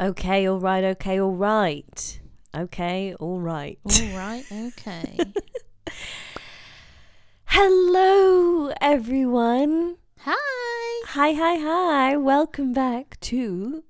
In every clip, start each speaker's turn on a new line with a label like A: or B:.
A: Okay, all right, okay, all right. Okay, all right.
B: All right, okay.
A: Hello, everyone.
B: Hi,
A: Hi, hi, hi. Welcome back to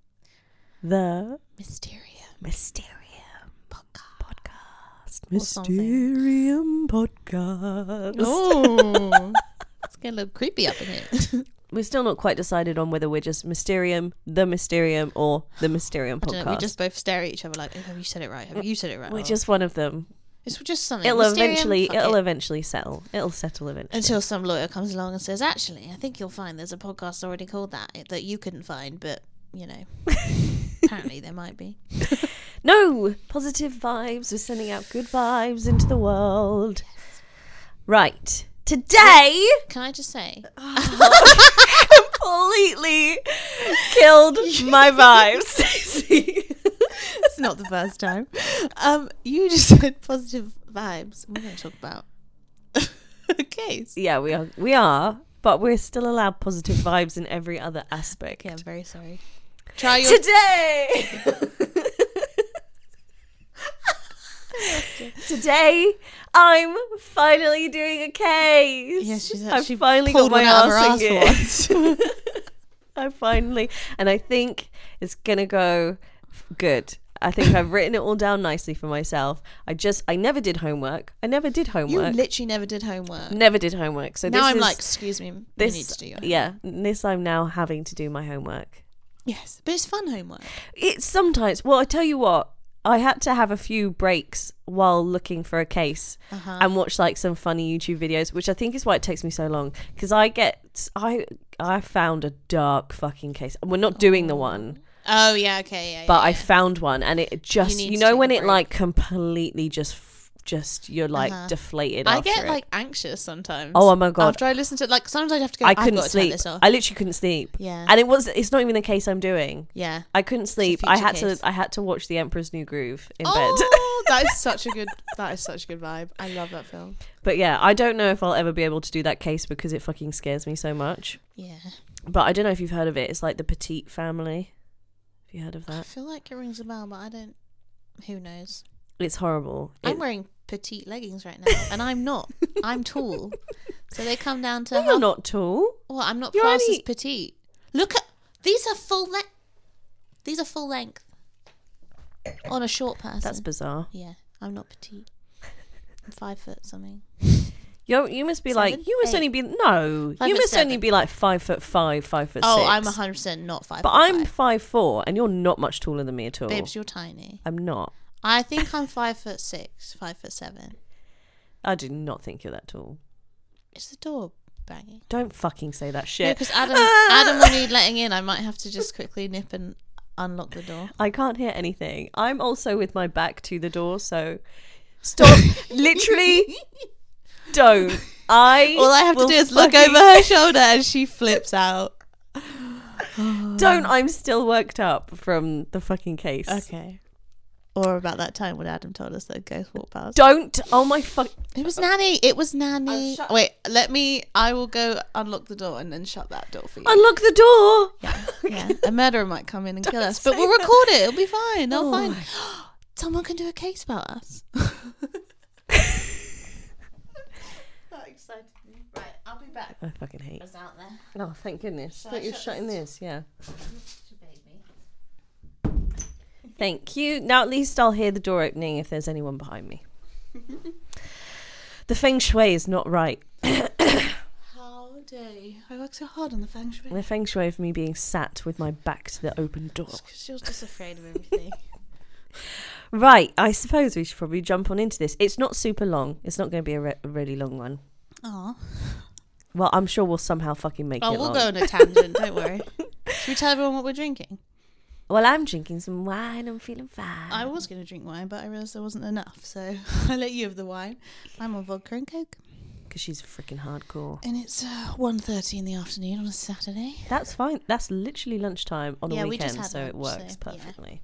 A: the
B: Mysterium
A: Mysterium
B: podcast.
A: Podcast.
B: Or something.
A: Mysterium Podcast.
B: Oh, it's getting a little creepy up in here.
A: We're still not quite decided on whether we're just Mysterium, the Mysterium, or the Mysterium
B: I don't
A: Podcast.
B: know, we just both stare at each other like, "Oh, have you said it right? Have you said it right?
A: We're
B: Oh,
A: just one of them.
B: it's just something.
A: It'll
B: Mysterium,
A: eventually,
B: fuck
A: it'll
B: it.
A: eventually settle. It'll settle eventually.
B: until some lawyer comes along and says, "Actually, I think you'll find there's a podcast already called that it- that you couldn't find, but you know, apparently there might be."
A: No! Positive vibes. We're sending out good vibes into the world. Right. Today,
B: Can I just say,
A: completely killed my vibes, Stacey.
B: it's not the first time. Um, you just said positive vibes. We're going to talk about a case.
A: yeah, we are. We are. But we're still allowed positive vibes in every other aspect.
B: Okay, I'm very sorry. Try your
A: Today! Today, I'm finally doing a case.
B: Yes, she's
A: I
B: actually
A: finally got
B: pulled
A: my
B: one out of her
A: arse in gear.
B: ass for once.
A: I finally, and I think it's gonna go f- good. I think I've written it all down nicely for myself. I just, I never did homework. I never did
B: you
A: homework.
B: literally never did homework.
A: never did homework. So
B: now
A: this
B: I'm
A: is,
B: like, excuse me, you
A: this,
B: need to do your
A: yeah, this I'm now having to do my homework.
B: Yes, but it's fun homework.
A: It's sometimes. Well, I tell you what, I had to have a few breaks while looking for a case
B: Uh-huh.
A: and watch like some funny YouTube videos, which I think is why it takes me so long because I get, I, I found a dark fucking case. We're not doing the one.
B: Oh yeah, okay, yeah.
A: but
B: yeah,
A: I found one and it just
B: need
A: you,
B: to take
A: know
B: a
A: when it
B: break.
A: like completely just f- just you're like
B: Uh-huh.
A: deflated
B: I
A: after
B: get
A: it.
B: like anxious sometimes.
A: Oh, my God.
B: After I listen to like sometimes I have to go.
A: I
B: "I've
A: couldn't
B: got to turn
A: sleep
B: this off."
A: I literally couldn't sleep
B: yeah,
A: and it was it's not even the case I'm doing
B: yeah.
A: I couldn't sleep I
B: future
A: had
B: case.
A: to I had to watch The Emperor's New Groove in
B: Oh, that is such a good. That is such a good vibe. I love that film.
A: bed but yeah I don't know if I'll ever be able to do that case because it fucking scares me so much
B: Yeah,
A: but I don't know if you've heard of it it's like the Petite family have you heard of
B: I
A: that
B: feel like it rings a bell, but I don't. Who knows?
A: it's horrible
B: I'm
A: It-
B: wearing petite leggings right now, and I'm not. I'm tall, so they come down to.
A: No, you're
B: half-
A: not tall
B: Well, I'm not
A: You're
B: classed
A: only-
B: as petite. Look at these are full length. These are full length on a short person.
A: that's bizarre
B: yeah, I'm not petite. I'm five foot something.
A: You you must be
B: Seven?
A: like you must
B: Eight?
A: only be no
B: Five
A: you
B: foot
A: must only
B: seven.
A: be like five foot five five foot
B: Oh,
A: six.
B: I'm 100 percent not five.
A: but
B: foot
A: I'm
B: five.
A: five four and you're not much taller than me at all.
B: babes. You're tiny.
A: I'm not.
B: I think I'm five foot six, five foot seven.
A: I do not think you're that tall.
B: Is the door banging?
A: Don't fucking say that shit.
B: Because Adam,
A: Ah!
B: Adam will need letting in. I might have to just quickly nip and unlock the door.
A: I can't hear anything. I'm also with my back to the door, so stop. Literally, don't. I
B: All I have to
A: will
B: do is look
A: fucking-
B: over her shoulder, and she flips out.
A: Don't. I'm still worked up from the fucking case.
B: Okay. Or about that time when Adam told us that a ghost walked past.
A: Don't. Oh my fuck.
B: It was Nanny. It was
A: I've
B: Nanny.
A: Oh, shut-
B: Wait, let me. I will go unlock the door and then shut that door for you.
A: Unlock the door.
B: yeah, a murderer might come in and kill us, but
A: say
B: we'll
A: that.
B: record it. It'll be fine. I'll
A: Oh
B: find. Someone can do a case about us. that excited me. Right, I'll be back.
A: I fucking hate.
B: I was out there.
A: Oh, thank goodness.
B: Shall
A: That
B: I
A: you're
B: shut
A: shutting this, yeah.
B: She bade me.
A: Thank you. Now at least I'll hear the door opening if there's anyone behind me. the feng shui is not right.
B: How dare you? I work so hard on the feng shui.
A: The feng shui of me being sat with my back to the open door.
B: Because she was just afraid of everything.
A: Right, I suppose we should probably jump on into this. It's not super long. It's not going to be a, re- a really long one.
B: Aw.
A: Well, I'm sure we'll somehow fucking make
B: Oh,
A: it
B: we'll
A: long.
B: go on a tangent. Don't worry. Should we tell everyone what we're drinking?
A: Well, I'm drinking some wine. I'm feeling fine.
B: I was going to drink wine, but I realised there wasn't enough, so I let you have the wine. I'm on vodka and coke,
A: Because she's freaking hardcore.
B: and it's uh, 1.30 in the afternoon on a Saturday.
A: That's fine. That's literally lunchtime on
B: Yeah,
A: a
B: we
A: weekend,
B: just had
A: so it
B: lunch,
A: works
B: so, yeah.
A: perfectly.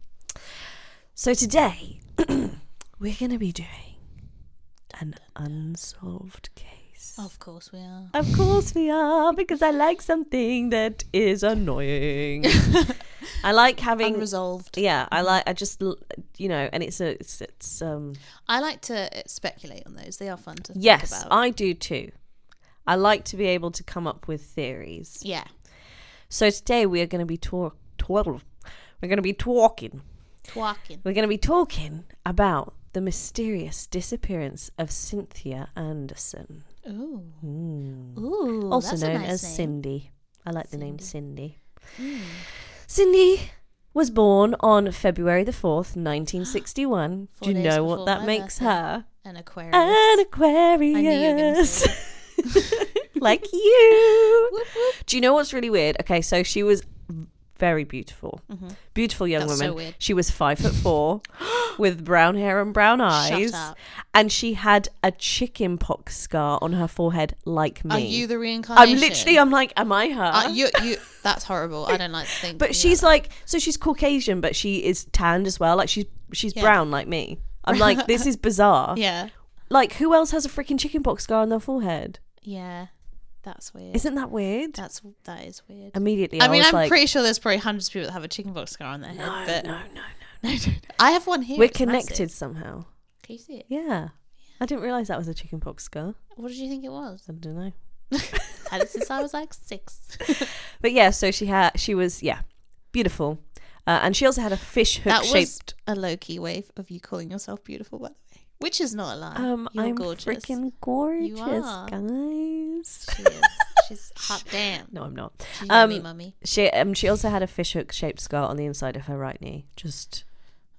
A: So today we're going to be doing an unsolved case.
B: Of course we are.
A: Of course we are because I like something that is annoying. I like having.
B: unresolved.
A: Yeah, I like. I just l- you know, and it's a it's, it's um.
B: I like to uh, speculate on those. They are fun to
A: Yes,
B: think about.
A: I do too. I like to be able to come up with theories.
B: yeah.
A: So today we are going to be talk twaddle. We're going to be talking.
B: Twerking.
A: We're going to be talking about the mysterious disappearance of Cynthia Anderson,
B: Ooh. Ooh.
A: also
B: that's a
A: known
B: nice
A: as
B: name. Hmm.
A: Cindy. I like the name Cindy. Cindy was born on February the 4th, 1961.
B: Four
A: Do you
B: days
A: know
B: before
A: what that
B: my
A: makes
B: birthday.
A: her?
B: An Aquarius.
A: An
B: I knew you were going to
A: Aquarius.
B: say that.
A: like you.
B: Whoop, whoop.
A: Do you know what's really weird? Okay, so she was very beautiful, beautiful young
B: Mm-hmm. That's so
A: woman.
B: weird.
A: She was five foot four, with brown hair and brown eyes,
B: up.
A: and she had a chickenpox scar on her forehead, like me.
B: Are you the reincarnation?
A: I'm literally. I'm like, am I her?
B: Uh, you, you, that's horrible. I don't like to think.
A: but she's like, so she's Caucasian, but she is tanned as well. Like she's she's
B: Yeah.
A: brown like me. I'm like, this is bizarre.
B: yeah,
A: Like, who else has a freaking chickenpox scar on their forehead?
B: yeah, that's weird.
A: Isn't that weird?
B: that's that is weird.
A: Immediately, I,
B: I mean,
A: was
B: I'm
A: like,
B: pretty sure there's probably hundreds of people that have a chickenpox scar on their head.
A: no,
B: but
A: no, no, no.
B: I have one here.
A: We're
B: it's massive.
A: connected somehow.
B: Can you see it?
A: Yeah. I didn't realise that was a chickenpox scar.
B: What did you think it was?
A: I don't know.
B: Had it since I was like six.
A: But yeah, so she had she was yeah, beautiful. Uh, and she also had a fish hook
B: that was
A: shaped
B: a low key wave of you calling yourself beautiful, by the way, which is not a lie.
A: um
B: uh, You're
A: I'm
B: gorgeous.
A: freaking gorgeous,
B: are.
A: guys.
B: She is. She's hot damn.
A: No, I'm not.
B: She's
A: Um,
B: yummy, mummy.
A: She um she also had a fish hook shaped scar on the inside of her right knee. Just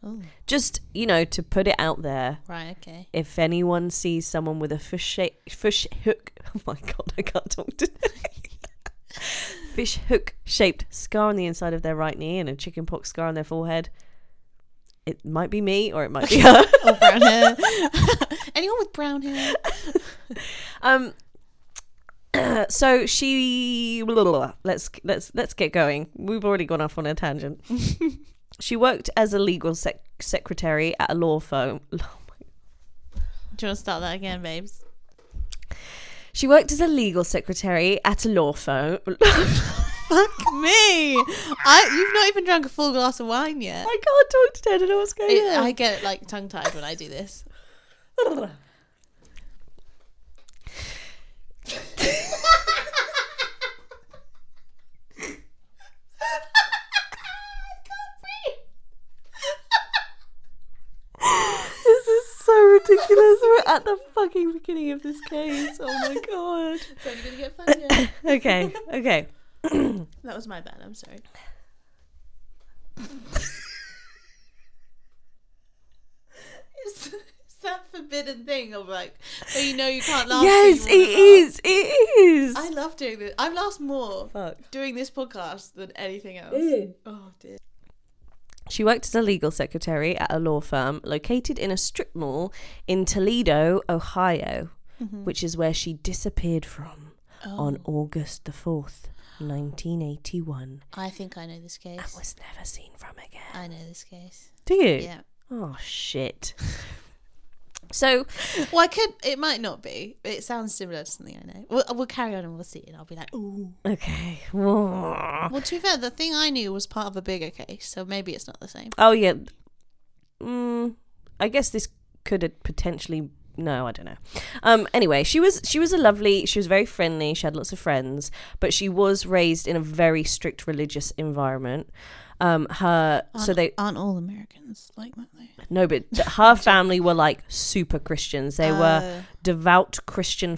B: Oh,
A: just, you know, to put it out there.
B: right. Okay.
A: If anyone sees someone with a fish shape, fish hook, oh my god, I can't talk today. fish hook shaped scar on the inside of their right knee and a chickenpox scar on their forehead, it might be me or it might be her.
B: or brown hair. Anyone with brown hair?
A: Um, so she blah, blah, blah. let's let's let's get going. We've already gone off on a tangent. she worked as a legal sec- secretary at a law firm.
B: Do you want to start that again, babes?
A: She worked as a legal secretary at a law firm.
B: Fuck me! I you've not even drunk a full glass of wine yet.
A: I can't talk today. I don't know what's going
B: It-
A: on.
B: I get like tongue tied when I do this.
A: this is so ridiculous. We're at the fucking beginning of this case. Oh my god.
B: It's only gonna get funnier.
A: Okay, okay.
B: that was my bad. I'm sorry. It's it's that forbidden thing of like, where you know you can't laugh. but
A: yes,
B: you
A: it
B: wanna laugh.
A: is. It is.
B: I love doing this. I've laughed more
A: Fuck.
B: doing this podcast than anything else. Oh dear.
A: She worked as a legal secretary at a law firm located in a strip mall in Toledo, Ohio, which is where she disappeared from on August the 4th, 1981.
B: I think I know this
A: And
B: case.
A: was never seen from again.
B: I know this case.
A: Do you?
B: Yeah.
A: Oh, shit. so,
B: Well, I could. It might not be. but It sounds similar to something I know. We'll, we'll carry on and we'll see, and I'll be like, "Ooh."
A: okay. Oh,
B: Well, to be fair, the thing I knew was part of a bigger case, so maybe it's not the same.
A: Oh yeah. Mm, I guess this could have potentially no, I don't know. Um anyway, she was she was a lovely, she was very friendly, she had lots of friends, but she was raised in a very strict religious environment. Um her
B: Aren't,
A: so they
B: aren't all Americans like that though.
A: no, but her family were like super Christians. They
B: Uh.
A: were devout Christian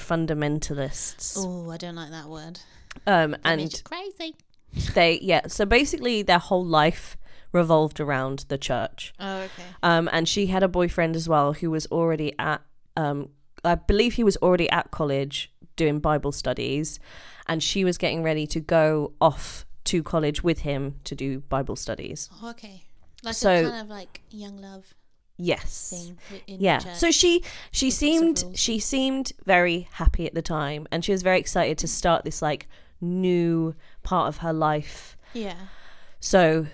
A: fundamentalists.
B: Oh, I don't like that word.
A: Um
B: That means
A: and
B: you're crazy.
A: they yeah, so basically their whole life revolved around the church.
B: Oh, okay.
A: Um, and she had a boyfriend as well who was already at, um, I believe he was already at college doing Bible studies, and she was getting ready to go off to college with him to do Bible studies.
B: Oh, okay. Like a
A: So-
B: kind of like young love
A: Yes.
B: thing in
A: Yeah.
B: church.
A: So she she
B: With lots of
A: seemed
B: rules.
A: she seemed very happy at the time, and she was very excited to start this like new part of her life.
B: yeah.
A: So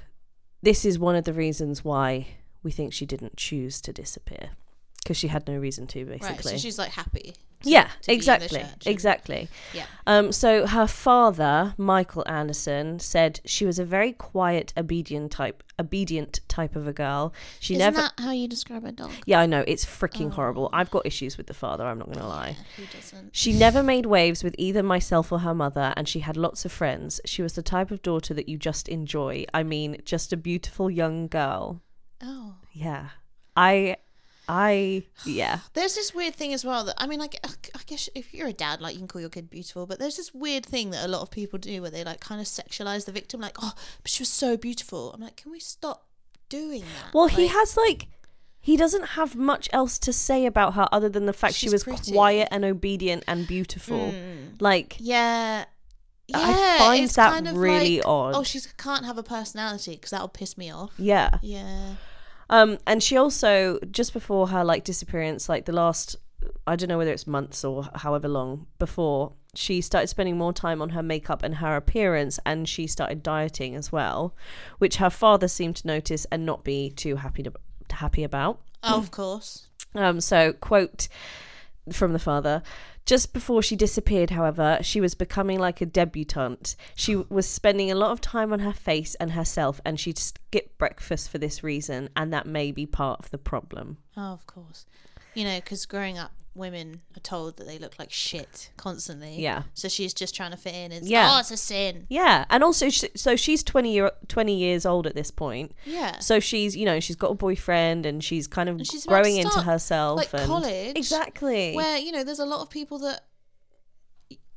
A: this is one of the reasons why we think she didn't choose to disappear. because she had no reason to
B: Right.
A: basically.
B: So she's like happy. to-
A: yeah,
B: to be in the
A: exactly,
B: church and-
A: exactly.
B: Yeah.
A: Um, so her father, Michael Anderson, said she was a very quiet, obedient type, obedient type of a girl. She
B: Isn't
A: never.
B: that how you describe a dog?
A: yeah, I know it's freaking
B: Oh.
A: horrible. I've got issues with the father. I'm not gonna lie.
B: Yeah, who doesn't?
A: She never made waves with either myself or her mother, and she had lots of friends. She was the type of daughter that you just enjoy. I mean, just a beautiful young girl.
B: Oh.
A: Yeah. I, I, yeah.
B: There's this weird thing as well that I mean, I, gu- I guess if you're a dad, like you can call your kid beautiful, but there's this weird thing that a lot of people do where they like kind of sexualize the victim, like, oh, but she was so beautiful. I'm like, can we stop doing that?
A: Well, he
B: Like,
A: has like, he doesn't have much else to say about her other than the fact she
B: She's
A: was
B: pretty.
A: quiet and obedient and beautiful.
B: Mm.
A: Like,
B: yeah, yeah.
A: I find
B: it's
A: that
B: kind of
A: really
B: like,
A: odd.
B: Oh, she can't have a personality because that'll piss me off.
A: yeah.
B: Yeah.
A: Um, and she also just before her like disappearance, like the last, I don't know whether it's months or however long before, she started spending more time on her makeup and her appearance, and she started dieting as well, which her father seemed to notice and not be too happy to happy about.
B: Oh, of course.
A: Um, so, quote from the father. Just before she disappeared, however, she was becoming like a debutante. She was spending a lot of time on her face and herself, and she'd skip breakfast for this reason, and that may be part of the problem.
B: Oh, of course. You know, because growing up, women are told that they look like shit constantly.
A: Yeah.
B: So she's just trying to fit in. It's,
A: Yeah.
B: Oh, it's a sin.
A: Yeah, and also, sh so she's 20, year, 20 years old at this point.
B: Yeah.
A: So she's, you know, she's got a boyfriend and she's kind of
B: And she's about to
A: growing into
B: start,
A: herself.
B: like,
A: and
B: college,
A: Exactly.
B: where you know there's a lot of people that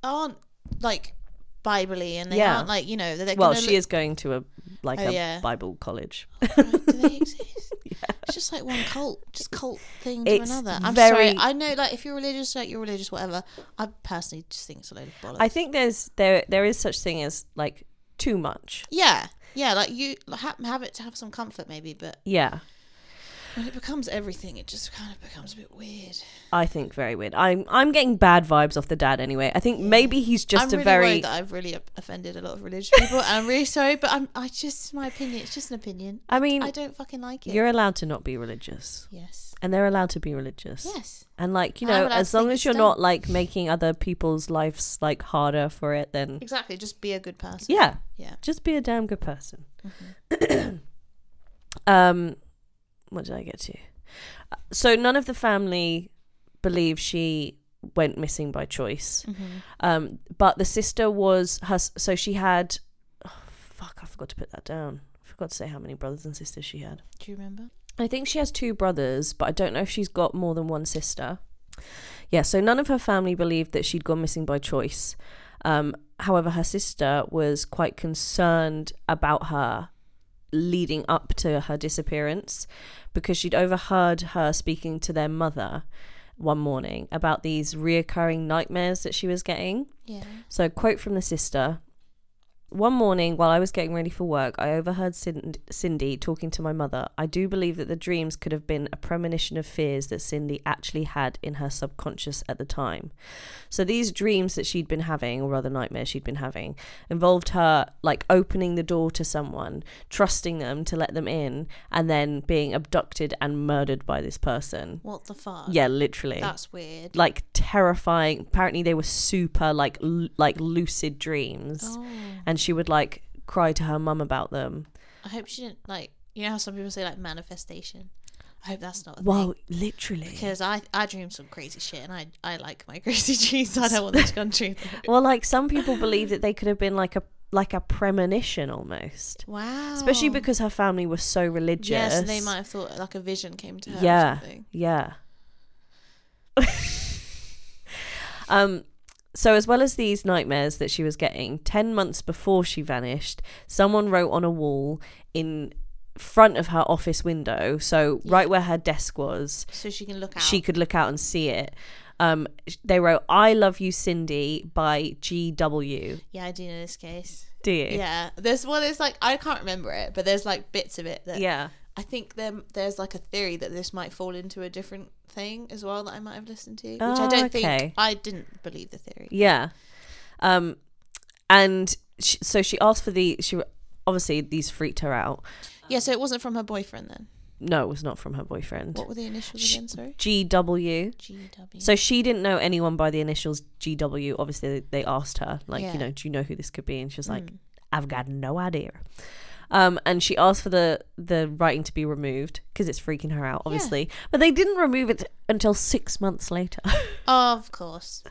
B: aren't like biblically and they
A: Yeah.
B: aren't like you know that they're
A: well,
B: gonna
A: she is going to a like
B: Oh,
A: a
B: yeah.
A: Bible college.
B: look- do they exist it's just like one cult just cult thing to
A: It's
B: another i'm
A: very-
B: sorry i know like if you're religious like you're religious whatever i personally just think it's a load of bollocks
A: I think there's there there is such thing as like too much.
B: yeah yeah like you have, have it to have some comfort maybe but
A: Yeah,
B: when it becomes everything it just kind of becomes a bit weird
A: I think very weird. I'm I'm getting bad vibes off the dad anyway. I think maybe he's just
B: i'm
A: a
B: really
A: very
B: worried that i've really offended a lot of religious people and i'm really sorry but i'm i just my opinion it's just an opinion
A: I mean,
B: i don't fucking like it
A: you're allowed to not be religious,
B: yes
A: and they're allowed to be religious.
B: yes
A: And like you
B: I'm
A: know,
B: allowed
A: as
B: to
A: long
B: think
A: as
B: it's
A: you're
B: dumb.
A: not like making other people's lives like harder for it, then
B: Exactly. Just be a good person. Mm-hmm.
A: yeah,
B: Yeah.
A: just be a damn good person. um, what did I get to? Uh, So none of the family believe she went missing by choice.
B: Mm-hmm.
A: Um, but the sister was her. s- So she had. Oh, fuck! I forgot to put that down. I forgot to say how many brothers and sisters she had.
B: Do you remember?
A: I think she has two brothers, but I don't know if she's got more than one sister. Yeah, so none of her family believed that she'd gone missing by choice. Um, however, her sister was quite concerned about her leading up to her disappearance because she'd overheard her speaking to their mother one morning about these reoccurring nightmares that she was getting.
B: Yeah.
A: So, quote from the sister. One morning, while I was getting ready for work, I overheard Cind- Cindy talking to my mother. I do believe that the dreams could have been a premonition of fears that Cindy actually had in her subconscious at the time. So, these dreams that she'd been having, or rather nightmares she'd been having, involved her like opening the door to someone, trusting them to let them in, and then being abducted and murdered by this person.
B: What the fuck?
A: Yeah, literally
B: That's weird.
A: like terrifying. Apparently, they were super like l- like lucid dreams,
B: Oh.
A: and she would like cry to her mum about them.
B: I hope she didn't like. You know how some people say like manifestation. I hope that's not. A
A: Well, literally.
B: Because I I dream some crazy shit and I I like my crazy dreams. I don't want this country.
A: Well, like some people believe that they could have been like a like a premonition almost,
B: Wow.
A: especially because her family was so religious.
B: Yeah, so Oh. they might have thought like a vision came to her. Or
A: yeah,
B: something.
A: yeah. um. So, as well as these nightmares that she was getting, 10 months before she vanished, someone wrote on a wall in front of her office window, so
B: Yeah.
A: right where her desk was,
B: So she can look out.
A: she could look out and see it. Um, sh- they wrote, I love you, Cindy, by GW.
B: Yeah, I do know this case.
A: Do you?
B: Yeah, there's one. It's like I can't remember it, but there's like bits of it that
A: Yeah.
B: I think there, there's like a theory that this might fall into a different thing as well that I might have listened to, which I
A: Oh,
B: don't
A: okay.
B: think I didn't believe the theory.
A: Yeah. Um, and sh so she asked for the, she obviously these freaked her out.
B: Yeah, so it wasn't from her boyfriend then.
A: no, it was not from her boyfriend.
B: What were the initials
A: Sh-
B: again? Sorry.
A: GW.
B: GW.
A: So she didn't know anyone by the initials GW. Obviously, they asked her, like,
B: Yeah.
A: you know, do you know who this could be? And she was like,
B: Mm.
A: I've got no idea. Um, and she asked for the the writing to be removed because it's freaking her out, obviously. But they didn't remove it until six months later.
B: of course.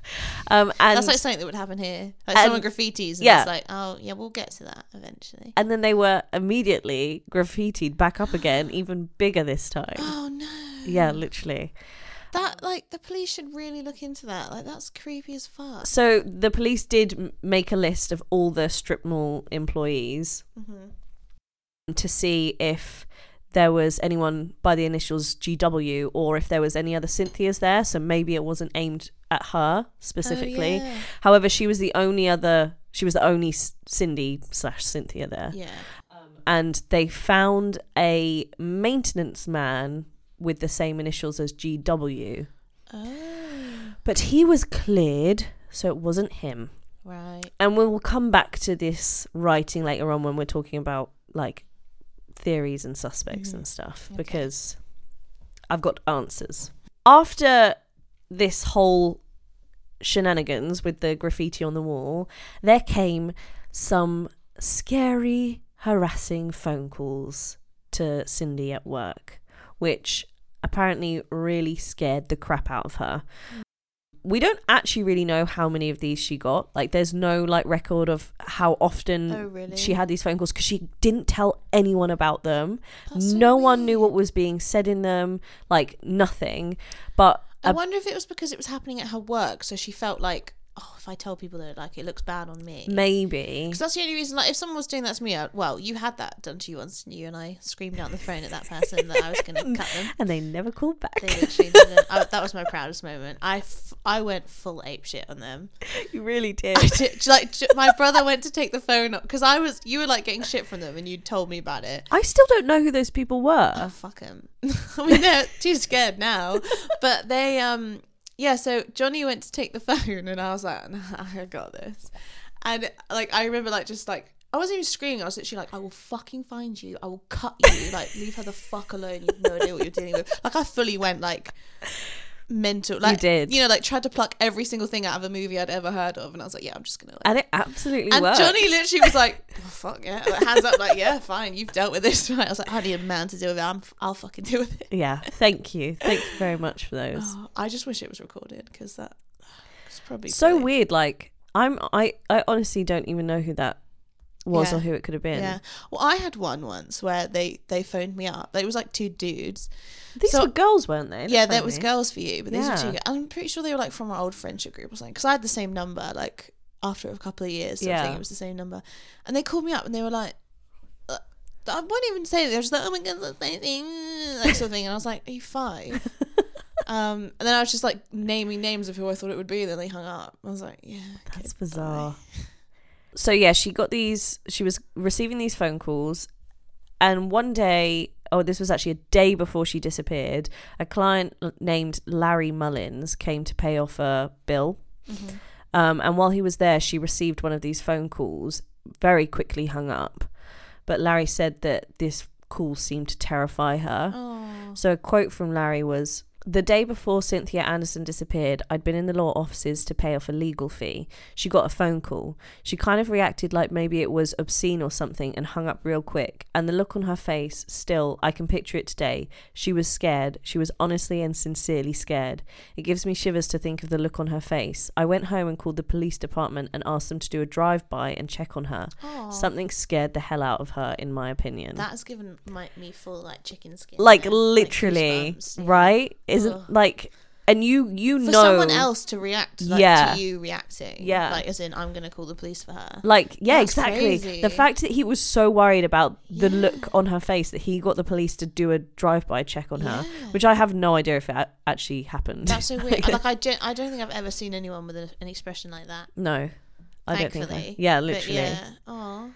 A: um, and
B: That's like something that would happen here. Like
A: and-
B: someone graffitis and
A: yeah.
B: it's like, oh yeah, we'll get to that eventually.
A: and then they were immediately graffitied back up again, even bigger this time.
B: Oh no.
A: yeah, literally.
B: That like the police should really look into that. Like that's creepy as fuck.
A: So the police did m- make a list of all the strip mall employees
B: Mm-hmm. Oh,
A: to see if there was anyone by the initials GW or if there was any other Cynthia's there. So maybe it wasn't aimed at her specifically.
B: Oh, yeah.
A: However, she was the only other. She was the only S- Cindy slash Cynthia there, Um,
B: yeah.
A: and they found a maintenance man with the same initials as GW,
B: Oh
A: but he was cleared, so it wasn't him.
B: right.
A: And we will come back to this writing later on when we're talking about like theories and suspects and stuff
B: Okay.
A: because I've got answers. After this whole shenanigans with the graffiti on the wall, there came some scary, harassing phone calls to Cindy at work, which apparently really scared the crap out of her. We don't actually really know how many of these she got. Like, there's no like record of how often
B: Oh, really?
A: she had these phone calls because she didn't tell anyone about them.
B: That's so
A: no one knew
B: weird.
A: what was being said in them. Like nothing. But
B: I wonder if it was because it was happening at her work, so she felt like, oh, if I tell people that, like, it looks bad on me.
A: maybe.
B: Because that's the only reason. Like, if someone was doing that to me, I, well, you had that done to you once, and you and I screamed out the phone at that person that I was going to cut them.
A: And they never called back.
B: They literally didn't. I, that was my proudest moment. I, f- I went full ape shit on them.
A: you really did.
B: I did- like j- my brother went to take the phone up because I was you were like getting shit from them, and you told me about it.
A: I still don't know who those people
B: oh
A: were.
B: fuck him i mean they're too scared now but they um yeah so johnny went to take the phone and i was like nah, i got this and like i remember like just like i wasn't even screaming i was literally like i will fucking find you i will cut you like leave her the fuck alone you have no idea what you're dealing with like i fully went like mental like
A: did.
B: you know like tried to pluck every single thing out of a movie i'd ever heard of and i was like yeah i'm just gonna like,
A: And it absolutely
B: and
A: worked.
B: Johnny literally was like, oh, "Fuck yeah!" Like, hands up, like, "Yeah, fine, you've dealt with this." Right? I was like, "I need a man to deal with it. I'm, I'll fucking deal with it."
A: yeah, thank you. Thank you very much for those.
B: Oh, I just wish it was recorded because that was probably
A: so
B: brilliant.
A: weird. Like, I'm, I, I honestly don't even know who that was
B: Yeah.
A: or who it could have been.
B: Yeah. Well, I had one once where they they phoned me up. It was like two dudes.
A: These
B: So-
A: were girls, weren't they?
B: yeah,
A: That's
B: that was
A: funny.
B: girls for you, but these were two.
A: Yeah.
B: Girls. I'm pretty sure they were like from our old friendship group or something. Because I had the same number like after a couple of years. So I
A: Yeah.
B: think it was the same number, and they called me up and they were like. uh, I won't even say it. They're just like, oh my god, that's my thing, like sort of thing. And I was like, are you five? um, and then I was just like naming names of who I thought it would be. And then they hung up. I was like, yeah,
A: That's
B: okay,
A: bizarre. So yeah, she got these. She was receiving these phone calls, and one day, oh, this was actually a day before she disappeared. A client l- named Larry Mullins came to pay off a bill,
B: Mm-hmm.
A: um, and while he was there, she received one of these phone calls. Very quickly hung up, but Larry said that this call seemed to terrify her.
B: bye. Oh,
A: So a quote from Larry was The day before Cynthia Anderson disappeared, I'd been in the law offices to pay off a legal fee. She got a phone call. She kind of reacted like maybe it was obscene or something and hung up real quick. And the look on her face, still, I can picture it today. She was scared. She was honestly and sincerely scared. It gives me shivers to think of the look on her face. I went home and called the police department and asked them to do a drive by and check on her.
B: Aw.
A: Something scared the hell out of her, in my opinion
B: that has given my, me full like chicken skin.
A: like
B: now,
A: literally
B: goosebumps, yeah.
A: right isn't
B: Ugh.
A: like and you you
B: for
A: know
B: someone else to react like,
A: Yeah.
B: to you reacting
A: Yeah.
B: like as in i'm gonna call the police for her
A: like yeah
B: That's
A: exactly
B: crazy.
A: the fact that he was so worried about the look on her face that he got the police to do a drive-by check on her
B: Yeah.
A: which i have no idea if it a- actually happened
B: that's so weird like i don't i don't think i've ever seen anyone with an, an expression like that
A: no i don't think
B: thankfully.
A: so. yeah
B: But
A: literally
B: yeah oh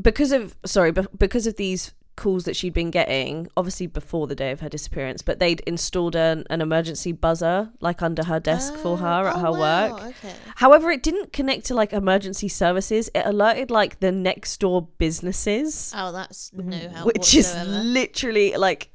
A: because of sorry be- because of these calls that she'd been getting obviously before the day of her disappearance but they'd installed an, an emergency buzzer like under her desk
B: Oh,
A: for her at her work
B: okay
A: However, it didn't connect to like emergency services. It alerted like the next door businesses,
B: oh that's no help
A: Mm, which is
B: whatsoever.
A: literally like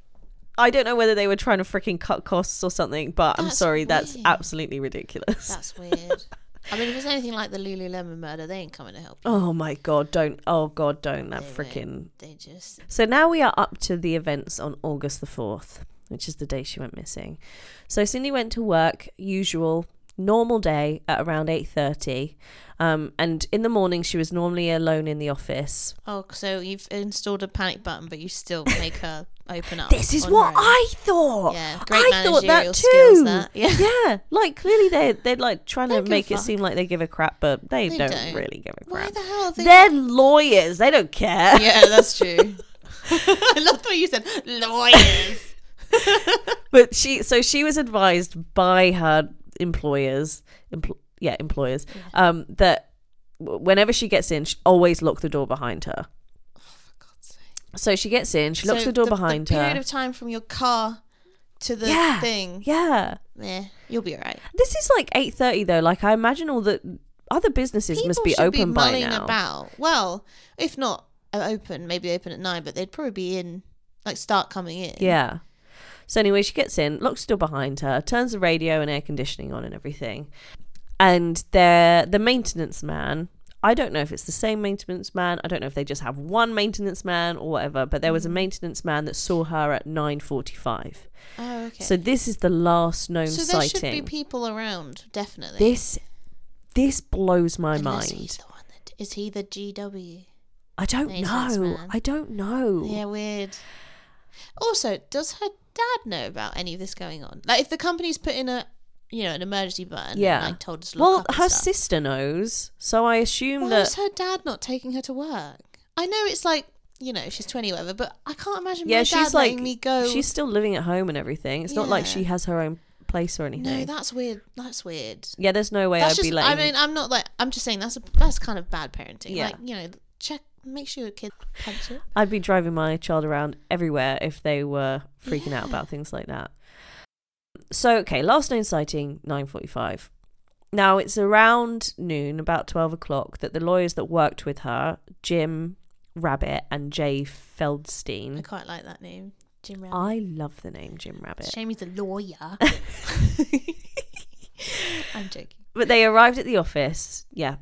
A: I don't know whether they were trying to freaking cut costs or something, but I'm
B: That's
A: sorry, that's
B: weird.
A: absolutely ridiculous.
B: That's weird. I mean, if it's anything like the Lululemon murder, they ain't coming to help.
A: oh my god, don't! Oh god, don't! That
B: They won't.
A: freaking.
B: They just
A: So now we are up to the events on August the fourth, which is the day she went missing. So Cindy went to work, usual normal day at around eight thirty, um, and in the morning she was normally alone in the office.
B: oh, so you've installed a panic button, but you still make her open up.
A: This is
B: on
A: what
B: her own.
A: I thought.
B: Oh, Yeah,
A: I
B: great
A: thought that
B: managerial skills,
A: too.
B: that. Yeah.
A: yeah, like clearly they they're like trying
B: They
A: to
B: give a
A: make it
B: fuck.
A: seem like they give a crap, but they,
B: They
A: don't,
B: don't.
A: really give a
B: Why
A: crap.
B: the hell? Are they
A: They're lawyers. They don't care.
B: yeah, that's true. I love the way you said lawyers.
A: But she, so she was advised by her employers, empl- yeah, employers, um, that w- whenever she gets in, she always lock the door behind her.
B: Oh,
A: So she gets in, she locks
B: So
A: the door behind
B: the
A: her.
B: Period of time from your car to the
A: Yeah.
B: thing.
A: yeah,
B: Yeah, you'll be all right.
A: this is like eight thirty though. Like I imagine all the other businesses must be
B: should
A: open by
B: mulling
A: now.
B: About well, if not uh, open, maybe they open at nine, but they'd probably be in like start coming in.
A: Yeah. So anyway, she gets in, locks the door behind her, turns the radio and air conditioning on and everything. And they're the maintenance man. I don't know if it's the same maintenance man. I don't know if they just have one maintenance man or whatever, but there was a
B: Mm.
A: maintenance man that saw her at 9:45.
B: Oh, okay.
A: So this is the last known
B: So there should be
A: sighting.
B: people around, definitely.
A: this this blows my
B: Unless
A: mind.
B: He's the one that, is he the GW?
A: I don't
B: Maintenance
A: know.
B: man.
A: I don't know.
B: Yeah, weird. Also, does her dad know about any of this going on? Like, if the company's put in a, you know, an emergency button,
A: Yeah.
B: and, like told us to
A: well,
B: look up
A: her
B: and stuff,
A: sister knows, so I assume
B: Why
A: that
B: is her dad not taking her to work? I know it's like you know she's twenty, or whatever, but I can't imagine.
A: yeah,
B: my
A: she's
B: dad letting
A: like
B: me go.
A: she's still living at home and everything. It's not like
B: Yeah.
A: she has her own place or anything.
B: no, that's weird. That's weird.
A: yeah, there's no way
B: that's
A: I'd
B: just.
A: be letting.
B: I mean, I'm not like. I'm just saying that's a that's kind of bad parenting.
A: Yeah.
B: Like you know, check make sure your kid punch it.
A: I'd be driving my child around everywhere if they were freaking out about things like that. So okay, last known sighting nine forty-five. Now it's around noon, about twelve o'clock, that the lawyers that worked with her, Jim Rabbit and Jay Feldstein.
B: I quite like that name, Jim Rabbit.
A: I love the name Jim Rabbit.
B: Shame he's a lawyer. I'm joking.
A: But they arrived at the office. Yeah.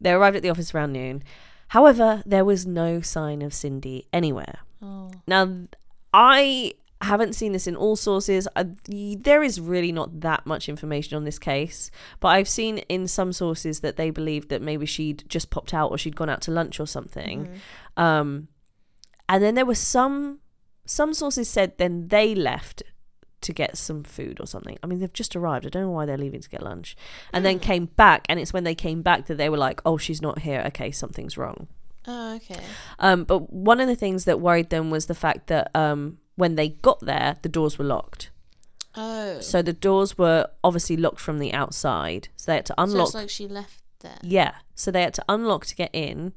A: They arrived at the office around noon. However, there was no sign of Cindy anywhere.
B: Oh.
A: Now, th- I haven't seen this in all sources. I, there is really not that much information on this case, but I've seen in some sources that they believed that maybe she'd just popped out or she'd gone out to lunch or something. Um, and then there was some some sources said then they left to get some food or something. I mean, they've just arrived. I don't know why they're leaving to get lunch. And
B: Hmm.
A: then came back, and it's when they came back that they were like, "Oh, she's not here. Okay, something's wrong."
B: Oh, okay.
A: Um, but one of the things that worried them was the fact that um, when they got there, the doors were locked.
B: Oh.
A: So the doors were obviously locked from the outside. So they had to
B: So
A: unlock.
B: it's like she left there.
A: yeah. So they had to unlock to get in,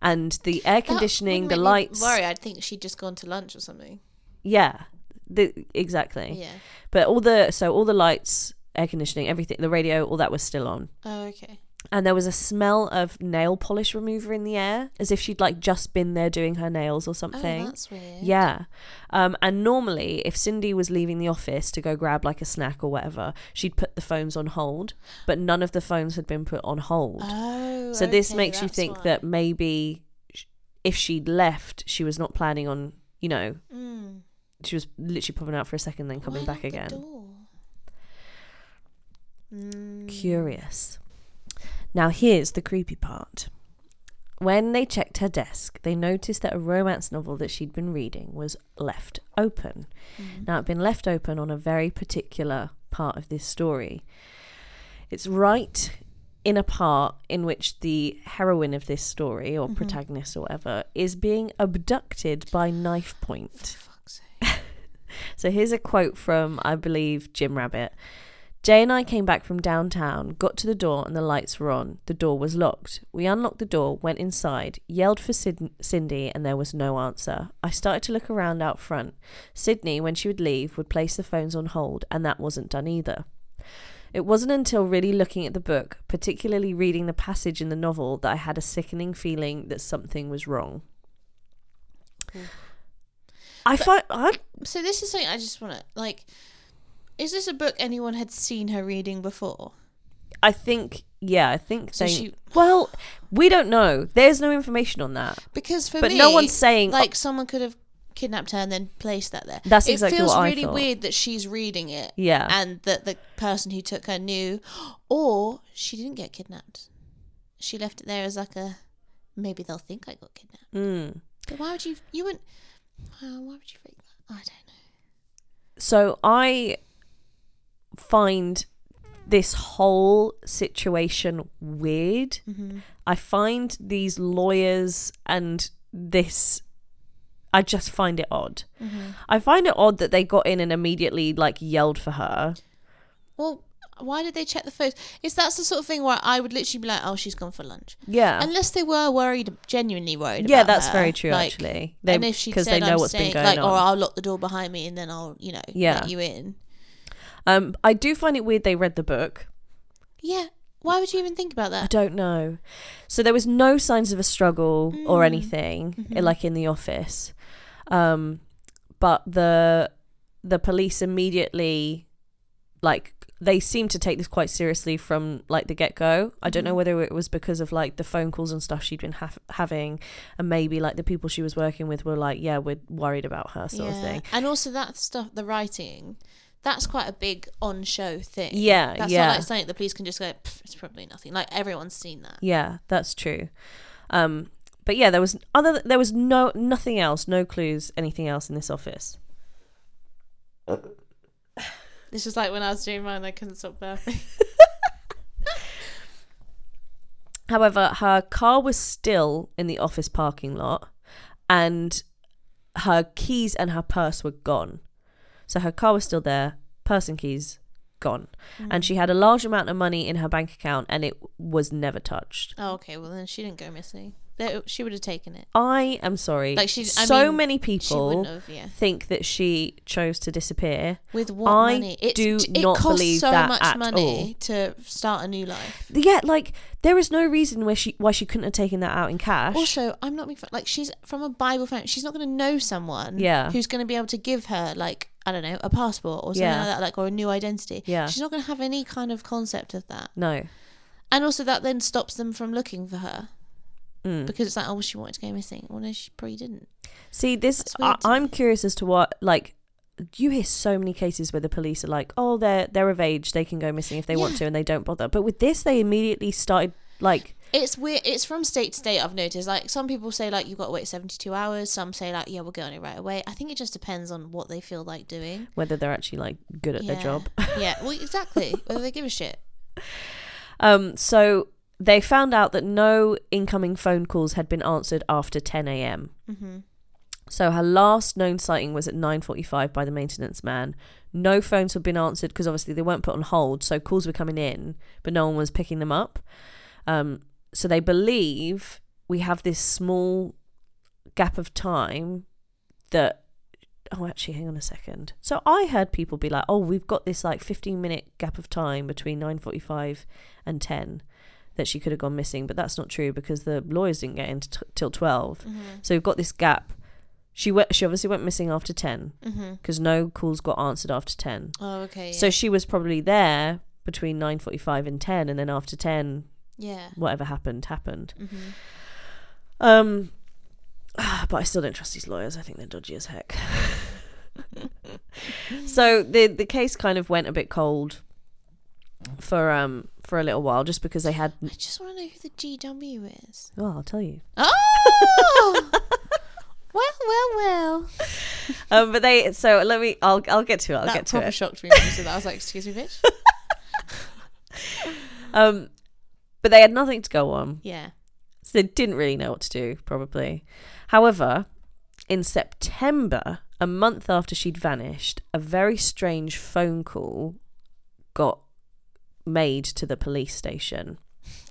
A: and the air
B: That
A: conditioning,
B: would
A: the
B: make me
A: lights.
B: Worry, I'd think she'd just gone to lunch or something.
A: Yeah. The, exactly.
B: Yeah.
A: But all the so all the lights, air conditioning, everything, the radio, all that was still on.
B: Oh, okay.
A: And there was a smell of nail polish remover in the air, as if she'd like just been there doing her nails or
B: Oh,
A: something.
B: that's weird.
A: Yeah. Um, and normally, if Cindy was leaving the office to go grab like a snack or whatever, she'd put the phones on hold, but none of the phones had been put on hold.
B: Oh.
A: so this
B: okay,
A: makes you
B: that's
A: think
B: why.
A: that maybe sh- if she'd left, she was not planning on, you know,
B: Mm.
A: she was literally popping out for a second, then coming
B: Why
A: back
B: lock the
A: again.
B: door? Mm.
A: Curious. Now, here's the creepy part. When they checked her desk, they noticed that a romance novel that she'd been reading was left open.
B: Hmm.
A: Now, it'd been left open on a very particular part of this story. It's right in a part in which the heroine of this story, or protagonist or whatever, is being abducted by knife point.
B: Fuck's sake.
A: So here's a quote from, I believe, Jim Rabbit. Jay and I came back from downtown, got to the door, and the lights were on. The door was locked. We unlocked the door, went inside, yelled for Sid- Cindy, and there was no answer. I started to look around out front. Sydney, when she would leave, would place the phones on hold, and that wasn't done either. It wasn't until really looking at the book, particularly reading the passage in the novel, that I had a sickening feeling that something was wrong. I find I,
B: So this is something I just want to like. Is this a book anyone had seen her reading before?
A: I think yeah, I think
B: So
A: they.
B: she-
A: well, we don't know. There's no information on that.
B: Because for
A: But
B: me,
A: no one's saying- "Oh-"
B: like someone could have kidnapped her and then placed that there.
A: That's
B: it
A: exactly
B: feels
A: what I
B: really
A: thought.
B: weird that she's reading it.
A: Yeah.
B: and that the person who took her knew, or she didn't get kidnapped. She left it there as like a maybe they'll think I got kidnapped.
A: Mm.
B: But why would you? You wouldn't. Well, why would you think that? I don't know.
A: So I find this whole situation weird.
B: Mm-hmm.
A: I find these lawyers and this. I just find it odd.
B: Mm-hmm.
A: I find it odd that they got in and immediately like yelled for her.
B: Well, why did they check the photos? Is that's the sort of thing where I would literally be like, oh, she's gone for lunch.
A: Yeah.
B: Unless they were worried, genuinely worried.
A: yeah,
B: about
A: that's
B: her,
A: very true
B: like,
A: actually.
B: and if she
A: Because they
B: said,
A: know
B: I'm
A: what's
B: staying,
A: been going
B: like,
A: on.
B: or I'll lock the door behind me and then I'll, you know,
A: Yeah.
B: let you in.
A: Um, I do find it weird they read the book.
B: Yeah. Why would you even think about
A: I
B: that?
A: don't know. So there was no signs of a struggle or
B: Mm.
A: anything,
B: Mm-hmm.
A: eh, like in the office. Um, but the the police immediately, like, they seemed to take this quite seriously from like the get go. I don't know
B: Mm-hmm.
A: whether it was because of like the phone calls and stuff she'd been ha- having, and maybe like the people she was working with were like, yeah, we're worried about her sort of thing.
B: And also that stuff, the writing, that's quite a big on show thing.
A: Yeah,
B: Eh, That's
A: yeah.
B: not like something the police can just go, "Pff, it's probably nothing. Like everyone's seen that.
A: Yeah, that's true. Um, but yeah, there was other there was no nothing else, no clues, anything else in this office.
B: This is like when I was doing mine, I couldn't stop laughing.
A: However, her car was still in the office parking lot, and her keys and her purse were gone. So her car was still there, purse and keys gone,
B: Hmm.
A: and she had a large amount of money in her bank account, and it was never touched.
B: oh, okay. Well, then she didn't go missing. They- She would have taken it.
A: I am sorry.
B: Like, she- I
A: so
B: mean,
A: many
B: She
A: people
B: wouldn't have, yeah.
A: think that she chose to disappear.
B: With what
A: I
B: money? It's,
A: do
B: it
A: not
B: costs
A: believe
B: so
A: that
B: much
A: at
B: money to start a new life.
A: Yeah, like there is no reason where she why she couldn't have taken that out in cash.
B: Also, I'm not being fun- like she's from a Bible family. She's not going to know someone
A: Yeah.
B: who's going to be able to give her like I don't know a passport or something
A: Yeah.
B: like that, like or a new identity.
A: Yeah.
B: she's not going to have any kind of concept of that.
A: no.
B: And also, that then stops them from looking for her
A: Mm.
B: because it's like, oh, well, she wanted to go missing. Well, no, she probably didn't.
A: See, this
B: That's
A: I,
B: weird.
A: I'm curious as to what like you hear so many cases where the police are like, "Oh, they're they're of age, they can go missing if they want
B: Yeah.
A: to," and they don't bother. But with this, they immediately started like,
B: It's weird. It's from state to state. I've noticed. Like some people say, like you've got to wait seventy two hours. Some say, like yeah, we'll get on it right away. I think it just depends on what they feel like doing.
A: whether they're actually like good at
B: yeah.
A: their job.
B: yeah. Well, exactly. Whether they give a shit.
A: Um, so they found out that no incoming phone calls had been answered after 10 a.m.
B: Mm-hmm.
A: So her last known sighting was at 9:45 by the maintenance man. No phones had been answered because obviously they weren't put on hold, so calls were coming in, but no one was picking them up. Um, so they believe we have this small gap of time that. Oh, actually, hang on a second. So I heard people be like, "Oh, we've got this like 15 minute gap of time between 9:45 and 10 that she could have gone missing," but that's not true because the lawyers didn't get in t- till 12. So we've got this gap. She went. She obviously went missing after ten
B: Mm-hmm.
A: because no calls got answered after ten.
B: Oh, okay.
A: So she was probably there between nine forty-five and ten, and then after ten,
B: yeah.
A: whatever happened happened.
B: Mm-hmm.
A: Um, but I still don't trust these lawyers. I think they're dodgy as heck. so the the case kind of went a bit cold for um for a little while, just because they had.
B: I just want to know who the GW is.
A: Well, I'll tell you.
B: Oh! well, well, well.
A: Um, but they so let me. I'll I'll get to it. I'll
B: that
A: get to
B: proper
A: it.
B: shocked me when you said that. I was like, excuse me, bitch.
A: Um, but they had nothing to go on.
B: Yeah.
A: So they didn't really know what to do, probably. However, in September, a month after she'd vanished, a very strange phone call got made to the police station.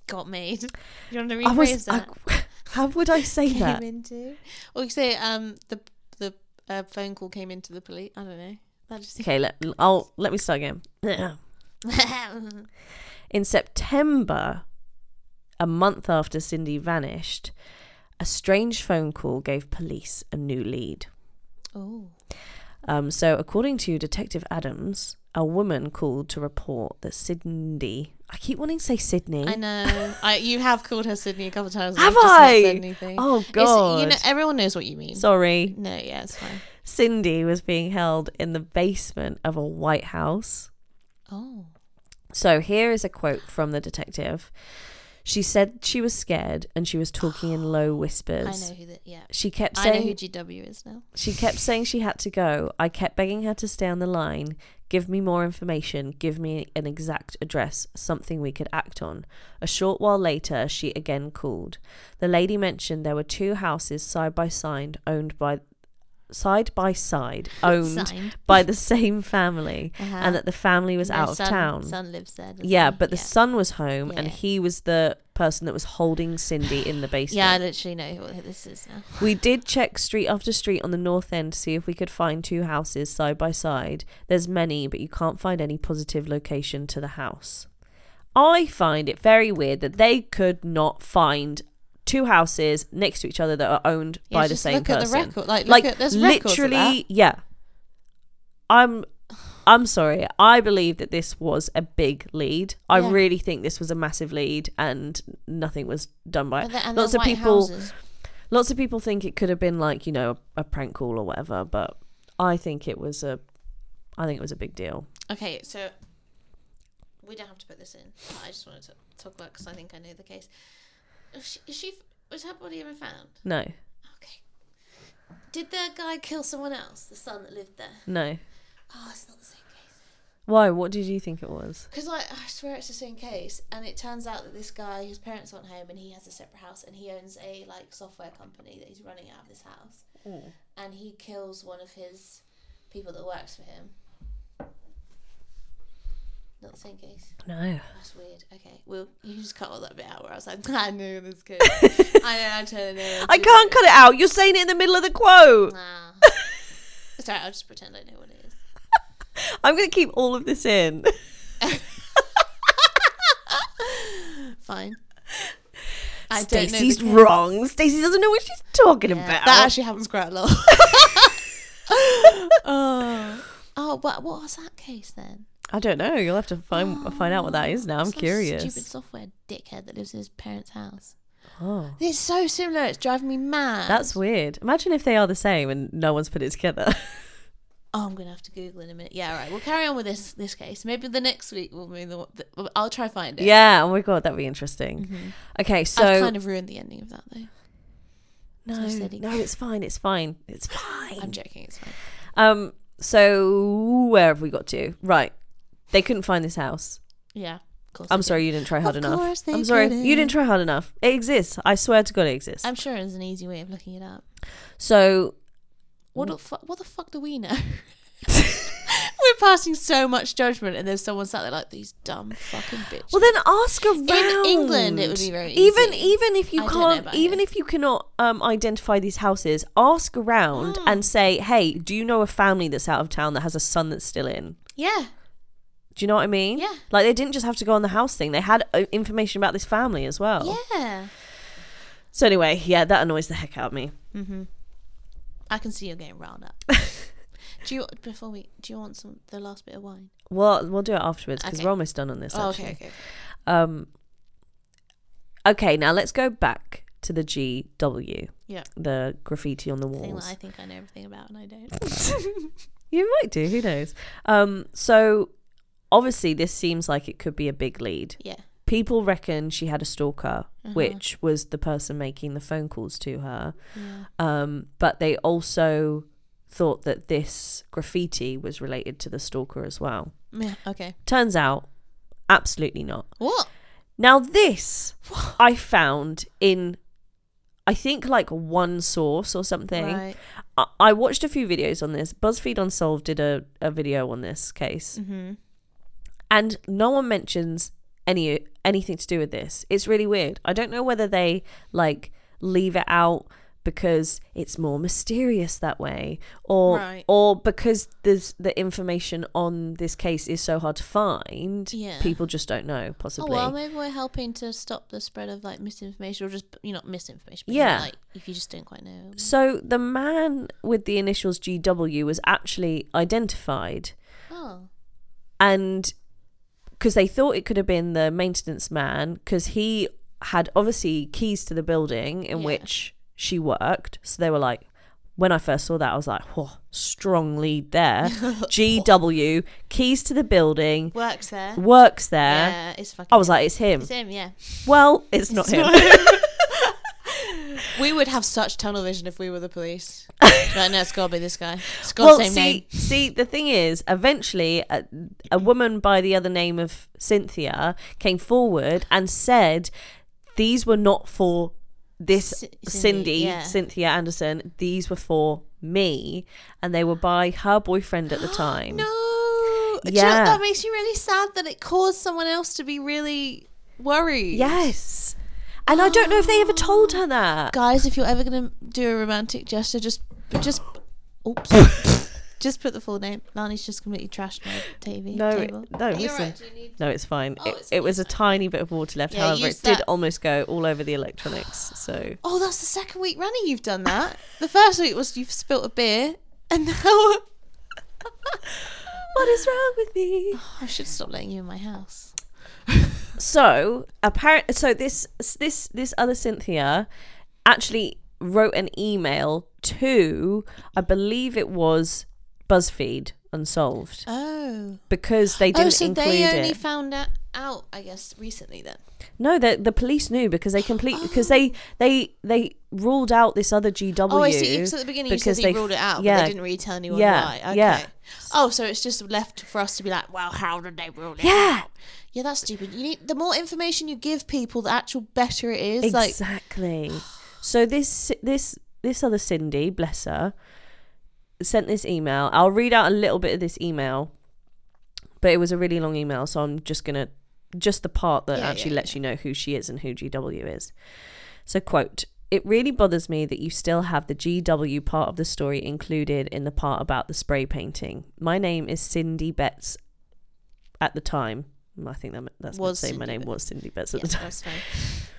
B: Got made. You want to rephrase
A: I was, I,
B: that?
A: how would I say
B: came
A: that?
B: into. Or you say um, the the uh, phone call came into the police. I don't know. That just
A: Okay, let I'll let me start again. In September, a month after Cindy vanished, a strange phone call gave police a new lead.
B: Oh.
A: Um, so, according to Detective Adams, a woman called to report that Sydney. I keep wanting to say Sydney.
B: I know. I, you have called her Sydney a couple times. and
A: Have
B: I've just not
A: I?
B: said anything.
A: Oh,
B: It's-
A: God.
B: you know, everyone knows what you mean.
A: Sorry.
B: no, yeah, it's fine.
A: Cindy was being held in the basement of a White House.
B: Oh.
A: So here is a quote from the detective. She said she was scared and she was talking in low
B: I
A: whispers.
B: know who that. Yeah.
A: She kept
B: I know
A: saying
B: who GW is now.
A: she kept saying she had to go. I kept begging her to stay on the line. Give me more information. Give me an exact address, something we could act on. A short while later, she again called. The lady mentioned there were two houses side by side owned by side by side owned
B: Signed.
A: by the same family
B: Uh-huh.
A: and that the family was
B: My
A: out
B: son,
A: of town.
B: Son lives there. doesn't
A: Yeah,
B: he?
A: but the
B: yeah.
A: son was home
B: Yeah,
A: and
B: yeah.
A: he was the person that was holding Cindy in the basement.
B: Yeah, I literally know who this is now.
A: We did check street after street on the north end to see if we could find two houses side by side. There's many, but you can't find any positive location to the house. I find it very weird that they could not find two houses next to each other that are owned
B: Yeah,
A: by the
B: just
A: same
B: look at the
A: person.
B: record- like, look at- there's records of
A: literally,
B: that.
A: yeah. I'm I'm sorry. I believe that this was a big lead. I
B: Yeah.
A: really think this was a massive lead, and nothing was done by
B: But
A: it.
B: the, and
A: Lots
B: the
A: of
B: White
A: people,
B: Houses.
A: lots of people think it could have been like you know a prank call or whatever, but I think it was a, I think it was a big deal.
B: Okay, so we don't have to put this in. but I just wanted to talk about because I think I know the case. Is she, is she was her body ever found?
A: No,
B: Okay. Did the guy kill someone else? The son that lived there.
A: no.
B: Oh, it's not the same case.
A: Why? What did you think it was?
B: Because I, I swear it's the same case, and it turns out that this guy, his parents aren't home, and he has a separate house, and he owns a like software company that he's running out of this house, and he kills one of his people that works for him. Not the same case.
A: No.
B: That's weird. Okay, well, you just cut all that bit out where I was like, I knew this kid. I know, I totally know.
A: I can't cut it out. You're saying it in the middle of the quote.
B: Nah. It's alright, I'll just pretend I know what it is.
A: I'm gonna keep all of this in.
B: Fine. I don't know. the
A: Stacey's
B: case.
A: wrong. Stacey doesn't know what she's talking
B: Yeah,
A: about.
B: That actually happens quite a lot. oh. oh, but what was that case then?
A: I don't know. You'll have to find find out what that is now. I'm
B: Some
A: curious.
B: Stupid software dickhead that lives in his parents' house.
A: Oh.
B: It's so similar. It's driving me mad.
A: That's weird. Imagine if they are the same and no one's put it together.
B: Oh, I'm gonna have to Google in a minute. Yeah, all right. We'll carry on with this this case. Maybe the next week we'll move. The, the, I'll try find it.
A: yeah. Oh my god, that'd be interesting. Okay, so
B: Mm-hmm. I've kind of ruined the ending of that though.
A: no,
B: silly.
A: no, it's fine. It's fine. It's fine.
B: I'm joking. It's fine.
A: Um. So where have we got to? Right. They couldn't find this house.
B: Yeah. Of course
A: I'm
B: they
A: sorry you didn't try hard
B: Of
A: enough.
B: course they
A: I'm sorry you
B: couldn't. Um,
A: didn't try hard enough. It exists. I swear to God, it exists.
B: do. I'm sure there's an easy way of looking it up.
A: so Mm.
B: What the fuck? What the fuck do we know? We're passing so much judgment, and there's someone sat there like these dumb fucking bitches.
A: Well, then ask around.
B: England, it would be very
A: Even
B: easy.
A: even if you
B: I don't know
A: can't,
B: about
A: even
B: here.
A: if you cannot um, identify these houses, ask around
B: Hmm.
A: and say, "Hey, do you know a family that's out of town that has a son that's still in?"
B: yeah,
A: Do you know what I mean?
B: Yeah.
A: Like they didn't just have to go on the house thing; they had uh, information about this family as well.
B: yeah.
A: So anyway, yeah, that annoys the heck out of me.
B: Mm-hmm. I can see you're getting riled up. do you before we? Do you want some the last bit of wine?
A: Well, we'll do it afterwards because
B: Okay.
A: we're almost done on this.
B: Oh,
A: actually.
B: okay, okay.
A: Um. Okay, now let's go back to the GW,
B: Yeah,
A: the graffiti on the walls.
B: thing that I think I know everything about, and I don't.
A: You might do. Who knows? Um, so obviously, this seems like it could be a big lead.
B: Yeah,
A: People reckon she had a stalker,
B: Mm-hmm.
A: which was the person making the phone calls to her.
B: yeah.
A: Um, but they also thought that this graffiti was related to the stalker as well.
B: yeah. Okay.
A: Turns out, absolutely not.
B: What?
A: Now, this I found in, I think, like one source or something.
B: Right.
A: I- I watched a few videos on this. BuzzFeed Unsolved did a, a video on this case,
B: Mm-hmm.
A: and no one mentions any anything to do with this. It's really weird. I don't know whether they like leave it out because it's more mysterious that way or
B: Right.
A: or because there's the information on this case is so hard to find
B: Yeah.
A: people just don't know
B: Oh
A: possibly
B: well, maybe we're helping to stop the spread of like misinformation or just you know not misinformation. But
A: Yeah.
B: yeah, like if you just don't quite know.
A: so the man with the initials GW was actually identified
B: Oh,
A: and because they thought it could have been the maintenance man because he had obviously keys to the building in
B: Yeah.
A: which she worked so they were like when i first saw that i was like whoa strong lead there gw keys to the building
B: works there.
A: works there
B: Yeah, it's fucking.
A: i was like it's him
B: it's him. Yeah,
A: well it's not him
B: we would have such tunnel vision if we were the police. right now, it's gotta be this guy. It's got the same
A: see,
B: name.
A: see, the thing is, eventually, a, a woman by the other name of Cynthia came forward and said these were not for this
B: Cindy,
A: Cindy,
B: yeah.
A: Cynthia Anderson. These were for me, and they were by her boyfriend at the time.
B: No. Do you know
A: Yeah.
B: that makes me really sad that it caused someone else to be really worried.
A: Yes, and I don't know if they ever told her that.
B: Guys, if you're ever gonna do a romantic gesture, just just oops. just put the full name. Lani's just completely trashed my TV
A: No, it-
B: table.
A: no, listen. No, it's fine.
B: Oh,
A: it,
B: it's
A: it was a tiny bit of water left.
B: Yeah,
A: However,
B: use
A: it did
B: that.
A: almost go all over the electronics. So
B: Oh, that's the second week running you've done that. the first week was you've spilt a beer and now
A: what is wrong with me?
B: I should stop letting you in my house.
A: so apparent so this this this other cynthia actually wrote an email to i believe it was buzzfeed unsolved
B: Oh.
A: because they didn't
B: oh, so
A: include
B: they only
A: it
B: found out, out, I guess, recently then.
A: no the, the police knew because they
B: Oh.
A: complete because they they they ruled out this other gw
B: Oh, I see. Because at the beginning you said
A: because
B: they,
A: they-
B: ruled it out, but
A: yeah.
B: they didn't really tell anyone
A: Yeah,
B: why. Okay.
A: yeah.
B: Oh, so it's just left for us to be like, well, how did they rule it
A: yeah
B: out? Yeah, that's stupid. You need the more information you give people, the actual better it is. Like,
A: exactly so this this this other cindy bless her sent this email i'll read out a little bit of this email but it was a really long email so i'm just gonna just the part that
B: Yeah,
A: actually
B: yeah,
A: lets you know who she is and who gw is so quote it really bothers me that you still have the GW part of the story included in the part about the spray painting. My name is Cindy Betts at the time. I think that, that's
B: Was
A: was saying my
B: Cindy
A: name
B: Betts.
A: was Cindy Betts at the
B: yeah,
A: time.
B: that's fine.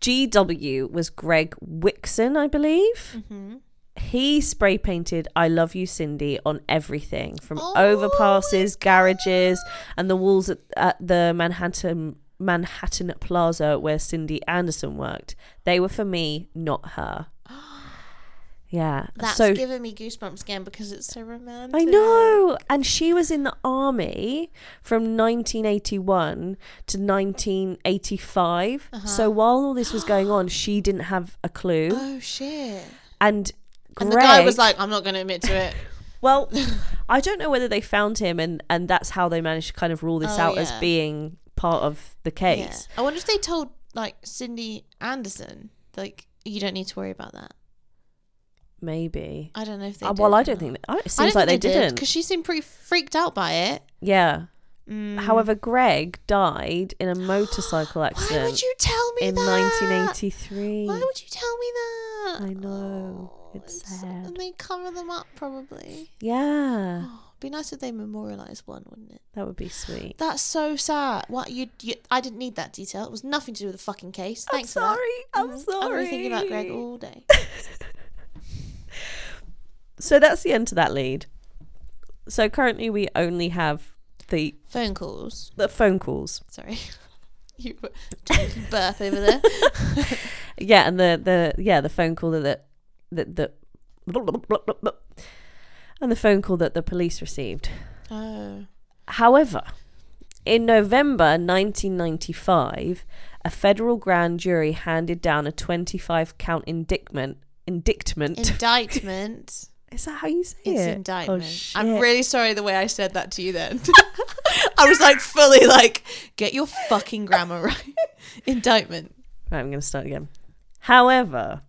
A: GW was Greg Wixon, I believe.
B: Mm-hmm.
A: He spray painted I Love You Cindy on everything from
B: Oh
A: overpasses,
B: my
A: garages, and the walls at, at the Manhattan Manhattan Plaza where Cindy Anderson worked. They were for me, not her. Yeah.
B: That's
A: so
B: giving me goosebumps again because it's so romantic.
A: I know. And she was in the army from 1981 to 1985.
B: Uh-huh.
A: So while all this was going on, she didn't have a clue.
B: Oh shit!
A: and Greg,
B: And the guy was like, "I'm not going to admit to it."
A: well, I don't know whether they found him and, and that's how they managed to kind of rule this
B: Oh,
A: out as
B: yeah.
A: being part of the
B: yeah.
A: case.
B: I wonder if they told like Cindy Anderson, like, "You don't need to worry about that."
A: Maybe.
B: I don't know if they.
A: Uh,
B: did
A: well, I
B: or
A: don't
B: not.
A: think that, it
B: I
A: seems
B: don't
A: like they,
B: think
A: didn't.
B: because she seemed pretty freaked out by it.
A: yeah.
B: Mm.
A: However, Greg died in a motorcycle
B: Why would
A: accident
B: you tell me
A: in
B: that?
A: 1983.
B: Why would you tell me that? Oh,
A: I know. It's sad.
B: And they cover them up probably.
A: Yeah,
B: Oh, it'd be nice if they memorialize one, wouldn't it?
A: that would be sweet.
B: That's so sad. What you, you? I didn't need that detail. It was nothing to do with the fucking case. Thanks
A: I'm
B: for
A: sorry. Mm-hmm.
B: that.
A: I'm sorry.
B: I'm gonna be thinking about Greg all day.
A: So that's the end to that lead. So currently we only have the
B: Phone calls.
A: the phone calls.
B: Sorry. You were taking birth over there.
A: Yeah, and the the yeah the phone call that that that. that and the phone call that the police received.
B: Oh.
A: However, in November 1995, a federal grand jury handed down a 25 count indictment. Indictment.
B: Indictment.
A: Is that how you say
B: It's
A: it?
B: indictment.
A: Oh,
B: I'm
A: shit.
B: really sorry the way I said that to you then. I was like fully like, get your fucking grammar right. Indictment.
A: Right, I'm going to start again. However,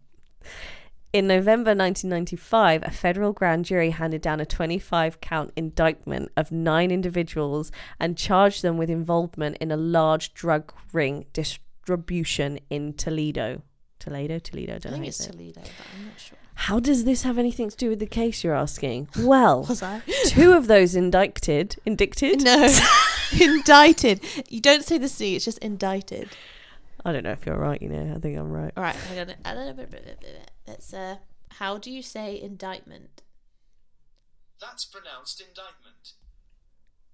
A: in November 1995, a federal grand jury handed down a 25 count indictment of nine individuals and charged them with involvement in a large drug ring distribution in Toledo, Toledo, Toledo, I
B: I
A: don't know. how
B: think
A: you
B: it's
A: say it.
B: Toledo, but I'm not sure.
A: How does this have anything to do with the case you're asking? Well,
B: Was I?
A: two of those indicted, indicted.
B: No. indicted. You don't say the C, it's just indicted.
A: I don't know if you're right. You know, I think I'm right.
B: All right, hang on. A little bit- bit- bit- bit. That's uh, how do you say indictment?
C: That's pronounced indictment.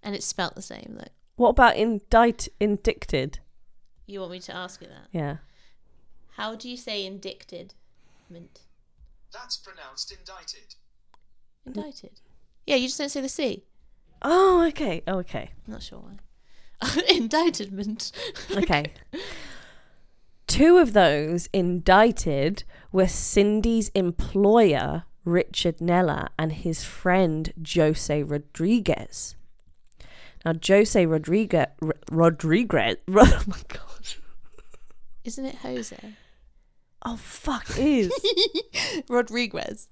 B: And it's spelt the same though.
A: What about indict, indicted?
B: You want me to ask you that?
A: Yeah.
B: How do you say indicted? Mint.
C: That's pronounced indicted.
B: Indicted. Yeah, you just don't say the C.
A: Oh, okay. Oh, okay.
B: I'm not sure why. Indictment.
A: Okay. Two of those indicted were Cindy's employer, Richard Nella, and his friend, Jose Rodriguez. Now, Jose Rodriguez. Rodriguez. Oh, my God.
B: Isn't it Jose?
A: Oh, fuck, it is.
B: Rodriguez.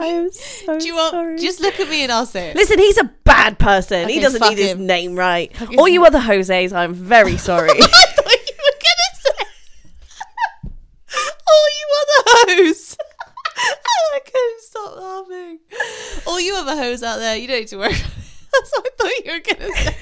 A: I am so
B: do you want?
A: sorry.
B: Just look at me and I'll say it.
A: Listen, he's a bad person. he
B: Okay,
A: doesn't
B: fuck
A: need his
B: him.
A: name right.
B: Fuck
A: All
B: him.
A: you other Jose's, I'm very sorry.
B: I thought you were gonna say. All you other hoes. Oh, I couldn't stop laughing. All you other hoes out there, you don't need to worry. That's what I thought you were gonna say.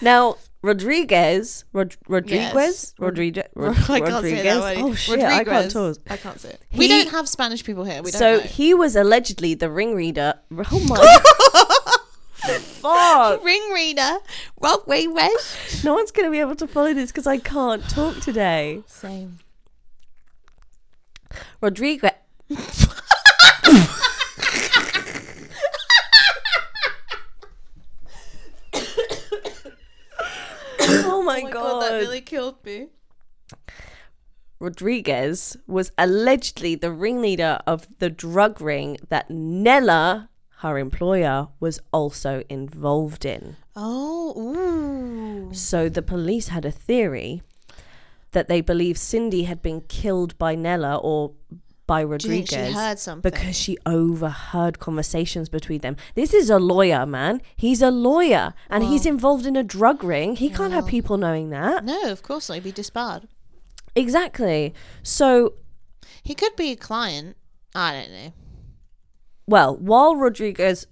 A: Now, Rodriguez, Rod- Rodriguez,
B: Yes.
A: Rodriguez,
B: I
A: Rod-
B: can't
A: Rodriguez.
B: say that word.
A: Oh shit, I can't
B: Rodriguez.
A: talk.
B: I can't say it.
A: He-
B: we don't have Spanish people here. We don't
A: So
B: know.
A: he was allegedly the ringleader. Oh my fuck!
B: Ringreader, Rob Waywes.
A: No one's gonna be able to follow this because I can't talk today.
B: Same.
A: Rodriguez. oh my,
B: Oh my god.
A: god.
B: that nearly killed me.
A: Rodriguez was allegedly the ringleader of the drug ring that Nella, her employer, was also involved in.
B: Oh, ooh.
A: So the police had a theory that they believed Cindy had been killed by Nella or by
B: Do you think
A: Rodriguez
B: she heard something?
A: because she overheard conversations between them. This is a lawyer, man. He's a lawyer and he's involved in a drug ring. He can't have people knowing that.
B: no, of course not. He'd be disbarred.
A: Exactly. So
B: He could be a client. I don't know.
A: Well, while Rodriguez,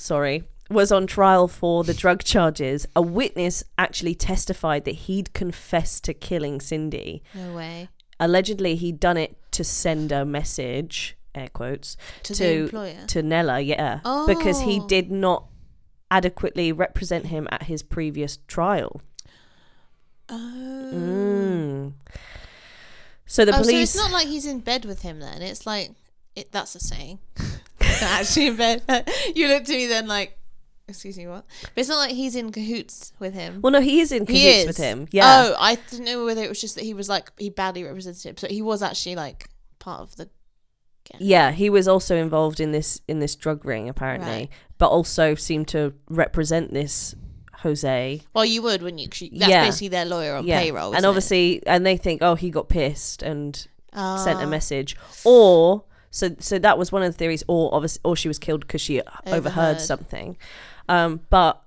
A: sorry, was on trial for the drug charges, a witness actually testified that he'd confessed to killing Cindy.
B: No way.
A: Allegedly, he'd done it to send a message, air quotes,
B: To the employer?
A: to Nella, yeah, because he
B: Oh.
A: did not adequately represent him at his previous trial.
B: Oh.
A: Mm. So the
B: oh,
A: police.
B: So it's not like he's in bed with him then. It's like it, that's a saying. He's not actually in bed. you looked at me then like, excuse me, what? But it's not like he's in cahoots with him.
A: well, no, he is in
B: he is
A: cahoots with him. Yeah.
B: Oh, I didn't know whether it was just that he was like he badly represented him, so he was actually like part of the.
A: Yeah, he was also involved in this in this drug ring apparently,
B: Right.
A: but also seemed to represent this Jose.
B: Well, you would, wouldn't you? 'Cause you- That's
A: Yeah.
B: basically their lawyer on
A: yeah,
B: payroll,
A: and
B: isn't it?
A: obviously, and they think, oh, he got pissed and sent a
B: Ah.
A: message, or so so that was one of the theories, or obviously, or she was killed because she overheard.
B: Overheard.
A: something, um, but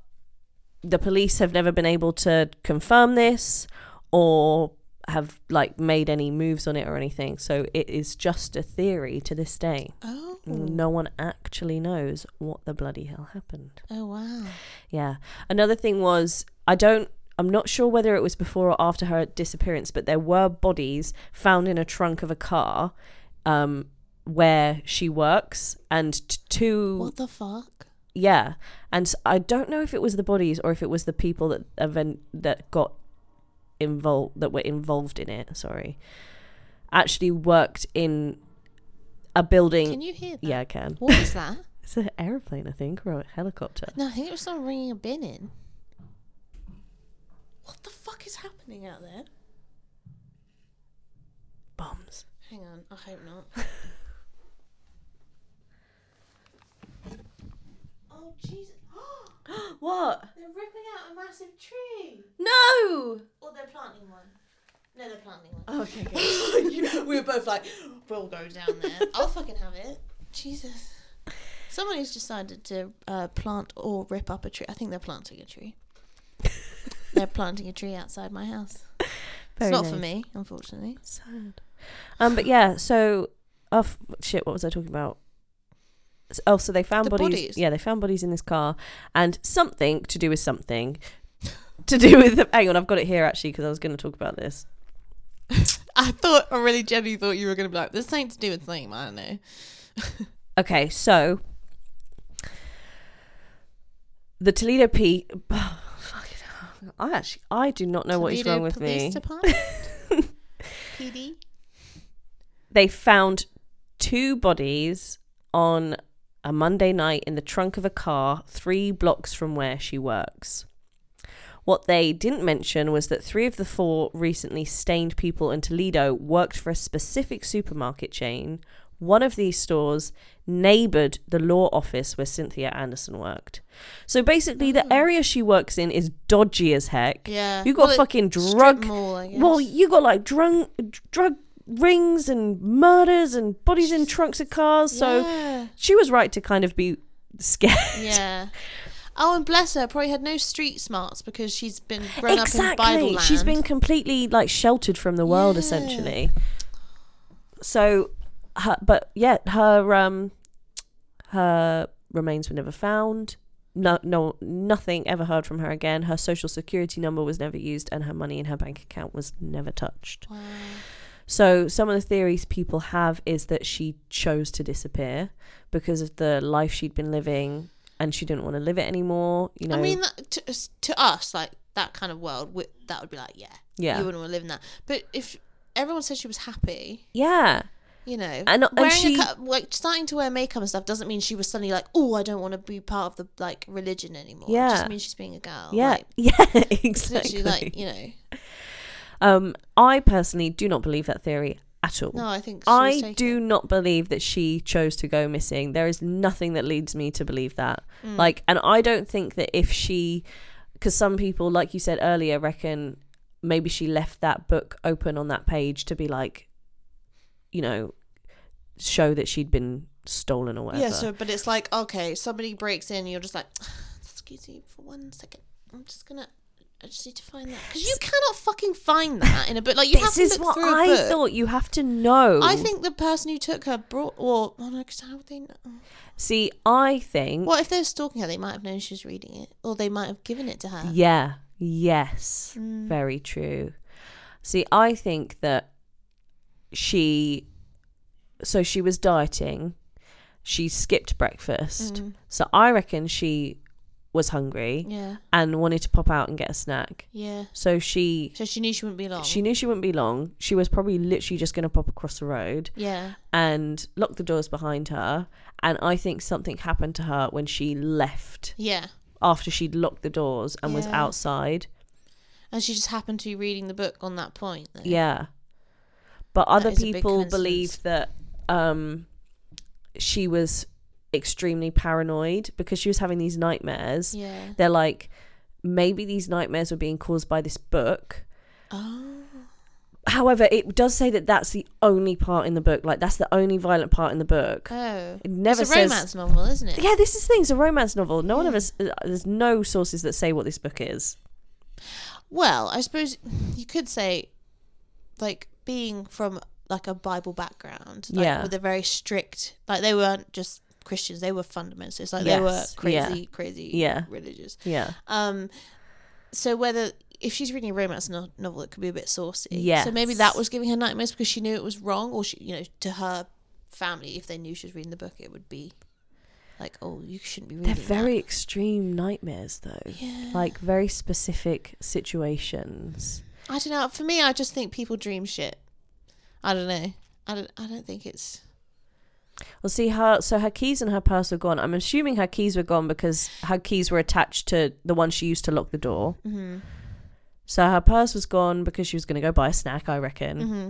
A: the police have never been able to confirm this or have like made any moves on it or anything. So it is just a theory to this day.
B: Oh.
A: No one actually knows what the bloody hell happened.
B: Oh wow.
A: Yeah. Another thing was, I don't, I'm not sure whether it was before or after her disappearance, but there were bodies found in a trunk of a car um, where she works, and t- two,
B: What the fuck?
A: yeah. And s- I don't know if it was the bodies or if it was the people that event that got involved that were involved in it. Sorry, actually worked in a building.
B: Can you hear that?
A: yeah, I can.
B: What was that?
A: It's an aeroplane, I think, or a helicopter.
B: No, I think it was someone ringing a bin in. What the fuck is happening out there?
A: Bombs.
B: Hang on, I hope not. oh Jesus!
A: What?
B: they're ripping out a massive tree,
A: No!
B: or they're planting one. No, they're planting one.
A: Okay.
B: You- we were both like, we'll go down there. I'll fucking have it. Jesus. Someone who's decided to uh, plant or rip up a tree. I think they're planting a tree. they're planting a tree outside my house.
A: Very
B: it's not
A: nice.
B: for me, unfortunately.
A: Sad. Um, but yeah, so oh f- shit, what was I talking about? S- Oh, so they found
B: The
A: bodies,
B: bodies.
A: Yeah, they found bodies in this car, and something to do with something to do with. Hang on, I've got it here actually because I was going to talk about this.
B: I thought, I really genuinely thought you were going to be like, this ain't to do with something, I don't know.
A: Okay, so the Toledo P. Fucking hell. I actually, I do not know what is
B: Toledo
A: wrong with
B: Police
A: me.
B: Department? PD?
A: they found two bodies on a Monday night in the trunk of a car three blocks from where she works. What they didn't mention was that three of the four recently stained people in Toledo worked for a specific supermarket chain. One of these stores neighbored the law office where Cynthia Anderson worked. So basically, the area she works in is dodgy as heck.
B: Oh. Yeah.
A: You got
B: Well, it-
A: fucking
B: strip
A: drug.
B: mall, I guess.
A: Well, you got like drunk, drug rings and murders and bodies in trunks of cars. So
B: Yeah.
A: she was right to kind of be scared.
B: yeah. Oh, and bless her, probably had no street smarts because she's been grown up in Bible land.
A: She's been completely like sheltered from the world
B: Yeah.
A: essentially. So her, but yet her um her remains were never found. No no nothing ever heard from her again. Her social security number was never used and her money in her bank account was never touched.
B: Wow.
A: So some of the theories people have is that she chose to disappear because of the life she'd been living and she didn't want to live it anymore, you know.
B: I mean, that, to, to us, like that kind of world, we, that would be like, yeah,
A: Yeah.
B: you wouldn't want to live in that. But if everyone said she was happy,
A: yeah.
B: you know,
A: And- and
B: wearing
A: she-
B: a cut, like starting to wear makeup and stuff doesn't mean she was suddenly like, oh, I don't want to be part of the like religion anymore. it
A: Yeah.
B: just means she's being a girl.
A: Yeah,
B: like,
A: yeah,
B: Oh, it's
A: exactly.
B: literally like you know.
A: um, I personally do not believe that theory at all.
B: No, I think she was
A: I
B: taken.
A: do not believe that she chose to go missing. There is nothing that leads me to believe that.
B: Mm.
A: Like, and I don't think that if she, because some people, like you said earlier, reckon maybe she left that book open on that page to be like, you know, show that she'd been stolen or whatever.
B: Yeah, so but it's like okay, somebody breaks in, you're just like, excuse me for one second, I'm just gonna. I just need to find that because you cannot fucking find that in a book. Like you have
A: this
B: to
A: is
B: look
A: what
B: through a
A: I
B: book.
A: thought. You have to know.
B: I think the person who took her brought, or oh no, 'cause how would they know?
A: See, I think.
B: Well, if they're stalking her, they might have known she was reading it, or they might have given it to her.
A: Yeah. Yes.
B: Mm.
A: Very true. See, I think that she so she was dieting. She skipped breakfast.
B: Mm.
A: So I reckon she was hungry
B: Yeah,
A: and wanted to pop out and get a snack.
B: yeah.
A: So she
B: So she knew she wouldn't be long.
A: she knew she wouldn't be long. She was probably literally just going to pop across the road
B: yeah,
A: and lock the doors behind her. And I think something happened to her when she left
B: yeah.
A: after she'd locked the doors and was
B: Yeah.
A: outside.
B: And she just happened to be reading the book on that point. Though.
A: Yeah. But other
B: is a big
A: people believe
B: coincidence.
A: that um she was extremely paranoid because she was having these nightmares.
B: Yeah.
A: They're like maybe these nightmares were being caused by this book.
B: Oh.
A: However, it does say that that's the only part in the book. Like that's the only violent part in the book.
B: Oh.
A: It never
B: it's a
A: says
B: romance novel, isn't it?
A: Yeah, this is the thing. It's a romance novel. No one ever s- uh, there's no sources that say what this book is.
B: Well, I suppose you could say, like, being from like a Bible background, like,
A: Yeah.
B: with a very strict, like they weren't just Christians; they were fundamentalists. Like they were
A: Yes, yeah.
B: crazy, crazy,
A: Yeah.
B: religious.
A: Yeah.
B: Um, so whether if she's reading a romance no- novel, it could be a bit saucy. So maybe
A: Yes.
B: that was giving her nightmares because she knew it was wrong, or she, you know, to her family, if they knew she was reading the book, it would be like, oh, you shouldn't be reading.
A: They're very extreme nightmares, though.
B: Yeah.
A: Like very specific situations.
B: that. I don't know. For me, I just think people dream shit. I don't know. I don't. I don't think it's.
A: Well, see her. So her keys and her purse were gone. I'm assuming her keys were gone because her keys were attached to the one she used to lock the door.
B: Mm-hmm.
A: So her purse was gone because she was going to go buy a snack. I reckon.
B: Mm-hmm.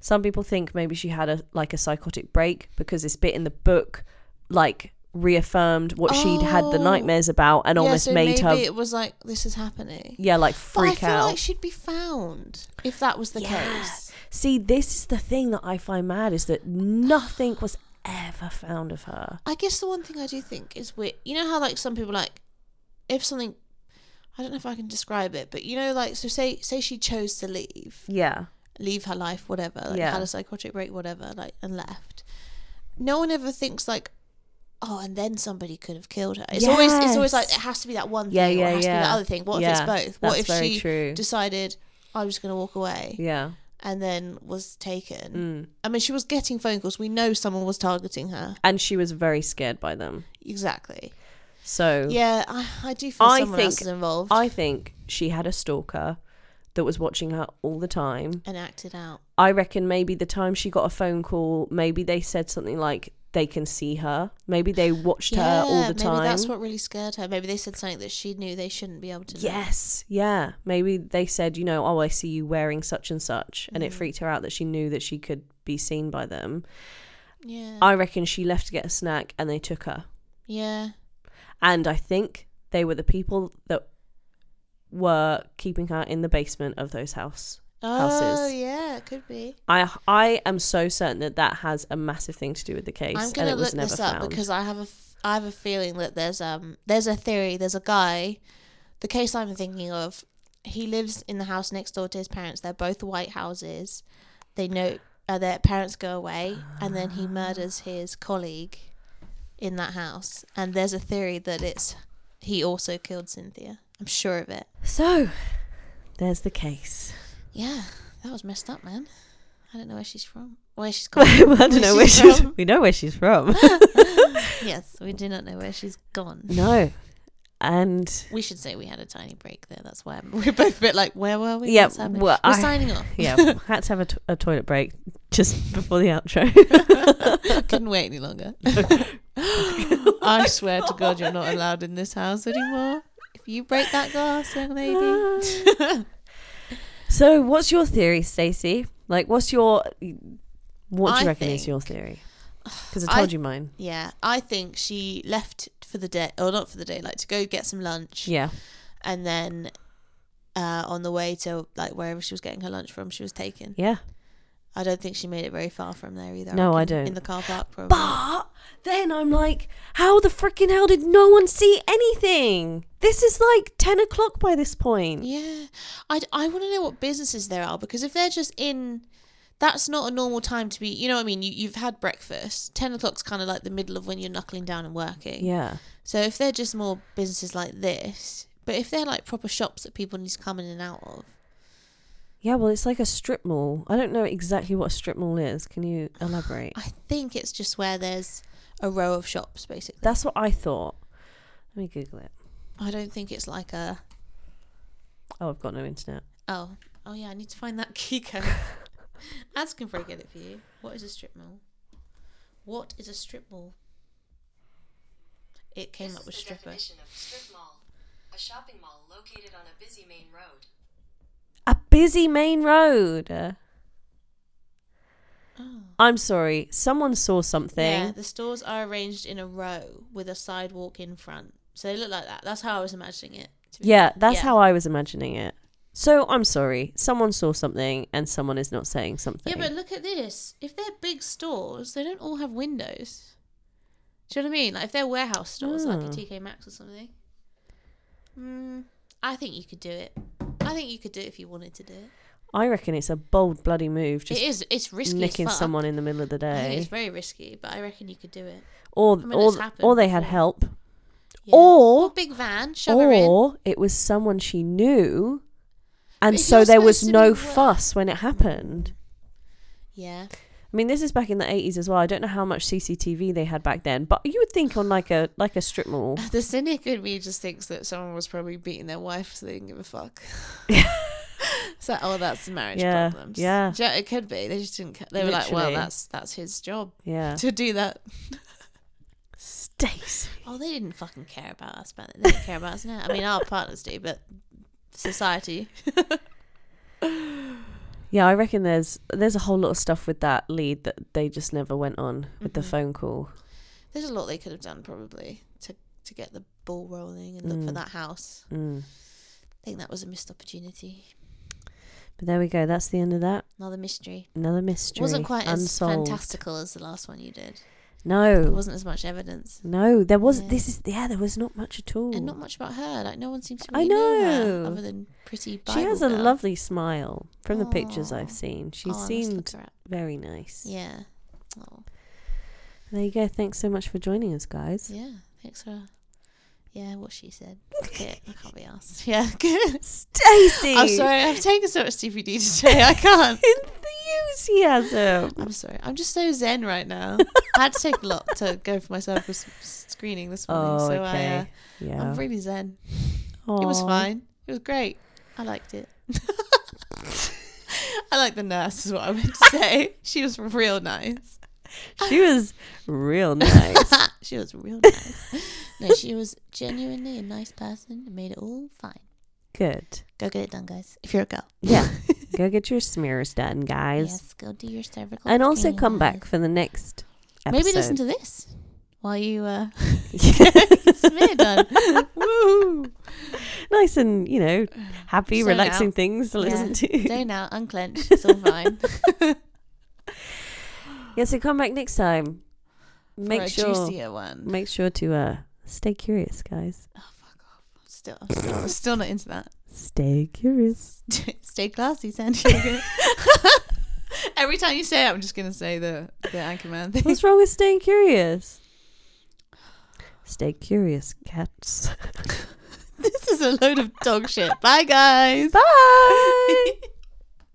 A: Some people think maybe she had a like a psychotic break because this bit in the book, like reaffirmed what she'd had the
B: Oh.
A: nightmares about and almost made
B: maybe
A: her
B: it was like this is happening.
A: yeah like
B: But I
A: freak
B: feel
A: out.
B: like she'd be found if that was the
A: Yeah.
B: case.
A: See, this is the thing that I find mad is that nothing was ever found of her.
B: I guess the one thing I do think is weird. You know how like some people like if something I don't know if I can describe it, but you know, like so say say she chose to leave,
A: Yeah.
B: leave her life, whatever, like
A: Yeah.
B: had a psychotic break, whatever, like and left. No one ever thinks like, oh, and then somebody could have killed her. It's always it's always like
A: Yes.
B: it has to be that one thing,
A: Yeah,
B: or
A: yeah,
B: it has to
A: yeah.
B: be that other thing. What
A: Yeah,
B: if it's both? What
A: that's
B: if
A: very
B: she
A: true.
B: decided I'm just gonna walk away
A: Yeah. Mm.
B: and then was taken? I mean, she was getting phone calls. We know someone was targeting her.
A: And she was very scared by them.
B: Exactly.
A: So
B: Yeah, I, I do feel
A: I
B: someone
A: think-
B: else is involved
A: I think she had a stalker that was watching her all the time.
B: and acted out.
A: I reckon maybe the time she got a phone call, maybe they said something like they can see her. Maybe they watched her all the time.
B: Maybe that's what really scared her. Maybe they said something that she knew they shouldn't be able to. know.
A: Yes, yeah. Maybe they said, you know, oh, I see you wearing such and such,
B: Mm.
A: and it freaked her out that she knew that she could be seen by them.
B: Yeah.
A: I reckon she left to get a snack and they took her.
B: yeah.
A: And I think they were the people that were keeping her in the basement of those house.
B: Oh,
A: houses.
B: yeah. It could be.
A: I I am so certain that that has a massive thing to do with the case,
B: I'm
A: and
B: gonna
A: it
B: look
A: was never
B: this up
A: found.
B: because I have a f- I have a feeling that there's um there's a theory there's a guy, the case I'm thinking of, he lives in the house next door to his parents. They're both white houses. They know uh, their parents go away, and then he murders his colleague in that house. And there's a theory that it's he also killed Cynthia. I'm sure of it.
A: So there's the case.
B: Yeah, that was messed up, man. I don't know where she's from. Where she's
A: Well,
B: gone.
A: I don't know where she's.
B: from.
A: We know where she's from.
B: yes, we do not know where she's gone.
A: no, and
B: We should say we had a tiny break there. That's why I'm- we're both a bit like, where were we?
A: Yeah,
B: What's happening?
A: well,
B: we're
A: I-
B: signing off.
A: yeah, had to have a, t- a toilet break just before the outro.
B: Couldn't wait any longer. I swear to God, you're not allowed in this house anymore. If you break that glass, young lady.
A: so, what's your theory, Stacey? Like, what's your what do
B: I
A: you reckon is
B: think-
A: your theory? Because I
B: I-
A: told you mine.
B: yeah, I think she left for the day, or not for the day, like to go get some lunch.
A: Yeah,
B: And then uh, on the way to like wherever she was getting her lunch from, she was taken.
A: yeah.
B: I don't think she made it very far from there either.
A: No, I
B: reckon
A: don't.
B: In the car park, probably.
A: But then I'm like, how the freaking hell did no one see anything? This is like ten o'clock by this point.
B: Yeah, I, I want to know what businesses there are because if they're just in, that's not a normal time to be. You know what I mean? You you've had breakfast. Ten o'clock's kind of like the middle of when you're knuckling down and working.
A: Yeah,
B: So if they're just more businesses like this, but if they're like proper shops that people need to come in and out of,
A: yeah. Well, it's like a strip mall. I don't know exactly what a strip mall is. Can you elaborate?
B: I think it's just where there's a row of shops basically.
A: That's what I thought. Let me Google it.
B: I don't think it's like a
A: Oh, I've got no internet.
B: oh oh yeah. I need to find that key code. Ads can probably get it for you. What is a strip mall? What is a strip mall? It came
D: This
B: up
D: is
B: with
D: the
B: stripper.
D: definition of strip mall, a shopping mall located on a busy main road.
A: A busy main road. Uh, I'm sorry. Someone saw something.
B: Oh. Yeah, the stores are arranged in a row with a sidewalk in front. So they look like that. That's how I was imagining it. to be
A: Yeah,
B: fair.
A: that's
B: Yeah.
A: how I was imagining it. So I'm sorry. Someone saw something, and someone is not saying something.
B: Yeah, but look at this. If they're big stores, they don't all have windows. Do you know what I mean? Like if they're warehouse stores, like a
A: Oh.
B: TK Maxx or something. Mm, I think you could do it. I think you could do it if you wanted to do it.
A: I reckon it's a bold bloody move, just
B: it is. It's risky. as
A: nicking
B: fuck.
A: someone in the middle of the
B: I think
A: day,
B: it's very risky, but I reckon you could do it.
A: or
B: mean,
A: or
B: it's happened
A: or they had
B: before.
A: help,
B: Yeah.
A: Or-
B: Or big van, shove her in.
A: or it was someone she knew, and
B: if
A: so
B: you're
A: there was
B: supposed to
A: no
B: be wor-
A: fuss when it happened.
B: Yeah.
A: I mean, this is back in the eighties as well. I don't know how much CCTV they had back then, but you would think on like a like a strip mall.
B: The cynic in me just thinks that someone was probably beating their wife so they didn't give a fuck. it's like, oh, that's marriage
A: Yeah,
B: problems.
A: yeah.
B: Do you know, it could be. They just didn't. Ca- they were like, well,
A: Literally.
B: that's that's his job
A: Yeah,
B: to do that.
A: Stacey.
B: Oh, they didn't fucking care about us, man. They didn't care about us now. I mean, our partners do, but society.
A: Yeah, I reckon there's there's a whole lot of stuff with that lead that they just never went on with
B: Mm-hmm.
A: the phone call.
B: There's a lot they could have done probably to to get the ball rolling and look for that house.
A: Mm.
B: I think that was a missed opportunity.
A: But there we go. That's the end of that.
B: Another mystery.
A: Another mystery.
B: It wasn't quite as
A: unsolved.
B: fantastical as the last one you did. There
A: No,
B: wasn't as much evidence,
A: no, there was.
B: Yeah.
A: This is yeah, there was not much at all.
B: and not much about her. Like no one seems to
A: I
B: really know. her
A: know.
B: other than pretty. Bible
A: she has a
B: girl.
A: lovely smile from the pictures
B: Aw.
A: I've seen. She
B: Oh, I must look
A: seemed
B: her up.
A: very nice.
B: Yeah. Oh,
A: There you go. Thanks so much for joining us, guys.
B: yeah. Thanks for. Yeah, what she said. Fuck it, I can't be asked. Yeah, good.
A: Stacey,
B: I'm sorry. I've taken so much CPD today. I can't.
A: Enthusiasm.
B: I'm sorry. I'm just so zen right now. I had to take a lot to go for myself for s- screening this morning,
A: Oh,
B: so I, uh,
A: okay. yeah.
B: I'm really zen. It was
A: Aw.
B: fine. It was great. I liked it. I like the nurse, is what I meant to say. she was real nice.
A: She was real nice.
B: she was real nice. no, she was genuinely a nice person and made it all fine.
A: Good.
B: Go get it done, guys. If you're a girl.
A: Yeah. go get your smears done, guys.
B: Yes, go do your cervical.
A: And also
B: screening,
A: come back
B: guys.
A: for the next episode.
B: Maybe listen to this while you uh,
A: Yes.
B: smear done.
A: Woo! Nice and, you know, happy,
B: So
A: relaxing
B: now-
A: things to
B: Yeah.
A: listen to.
B: Day now, unclench. It's all fine.
A: Yeah, so come back next time. Make
B: For a
A: sure
B: juicier one.
A: make sure to uh stay curious, guys.
B: Oh fuck off! I'm Still, I'm still, I'm still not into that.
A: Stay curious.
B: Stay classy, San Diego. Every time you say it, I'm just gonna say the the Anchorman thing.
A: What's wrong with staying curious? Stay curious, cats.
B: this is a load of dog shit. Bye, guys.
A: Bye.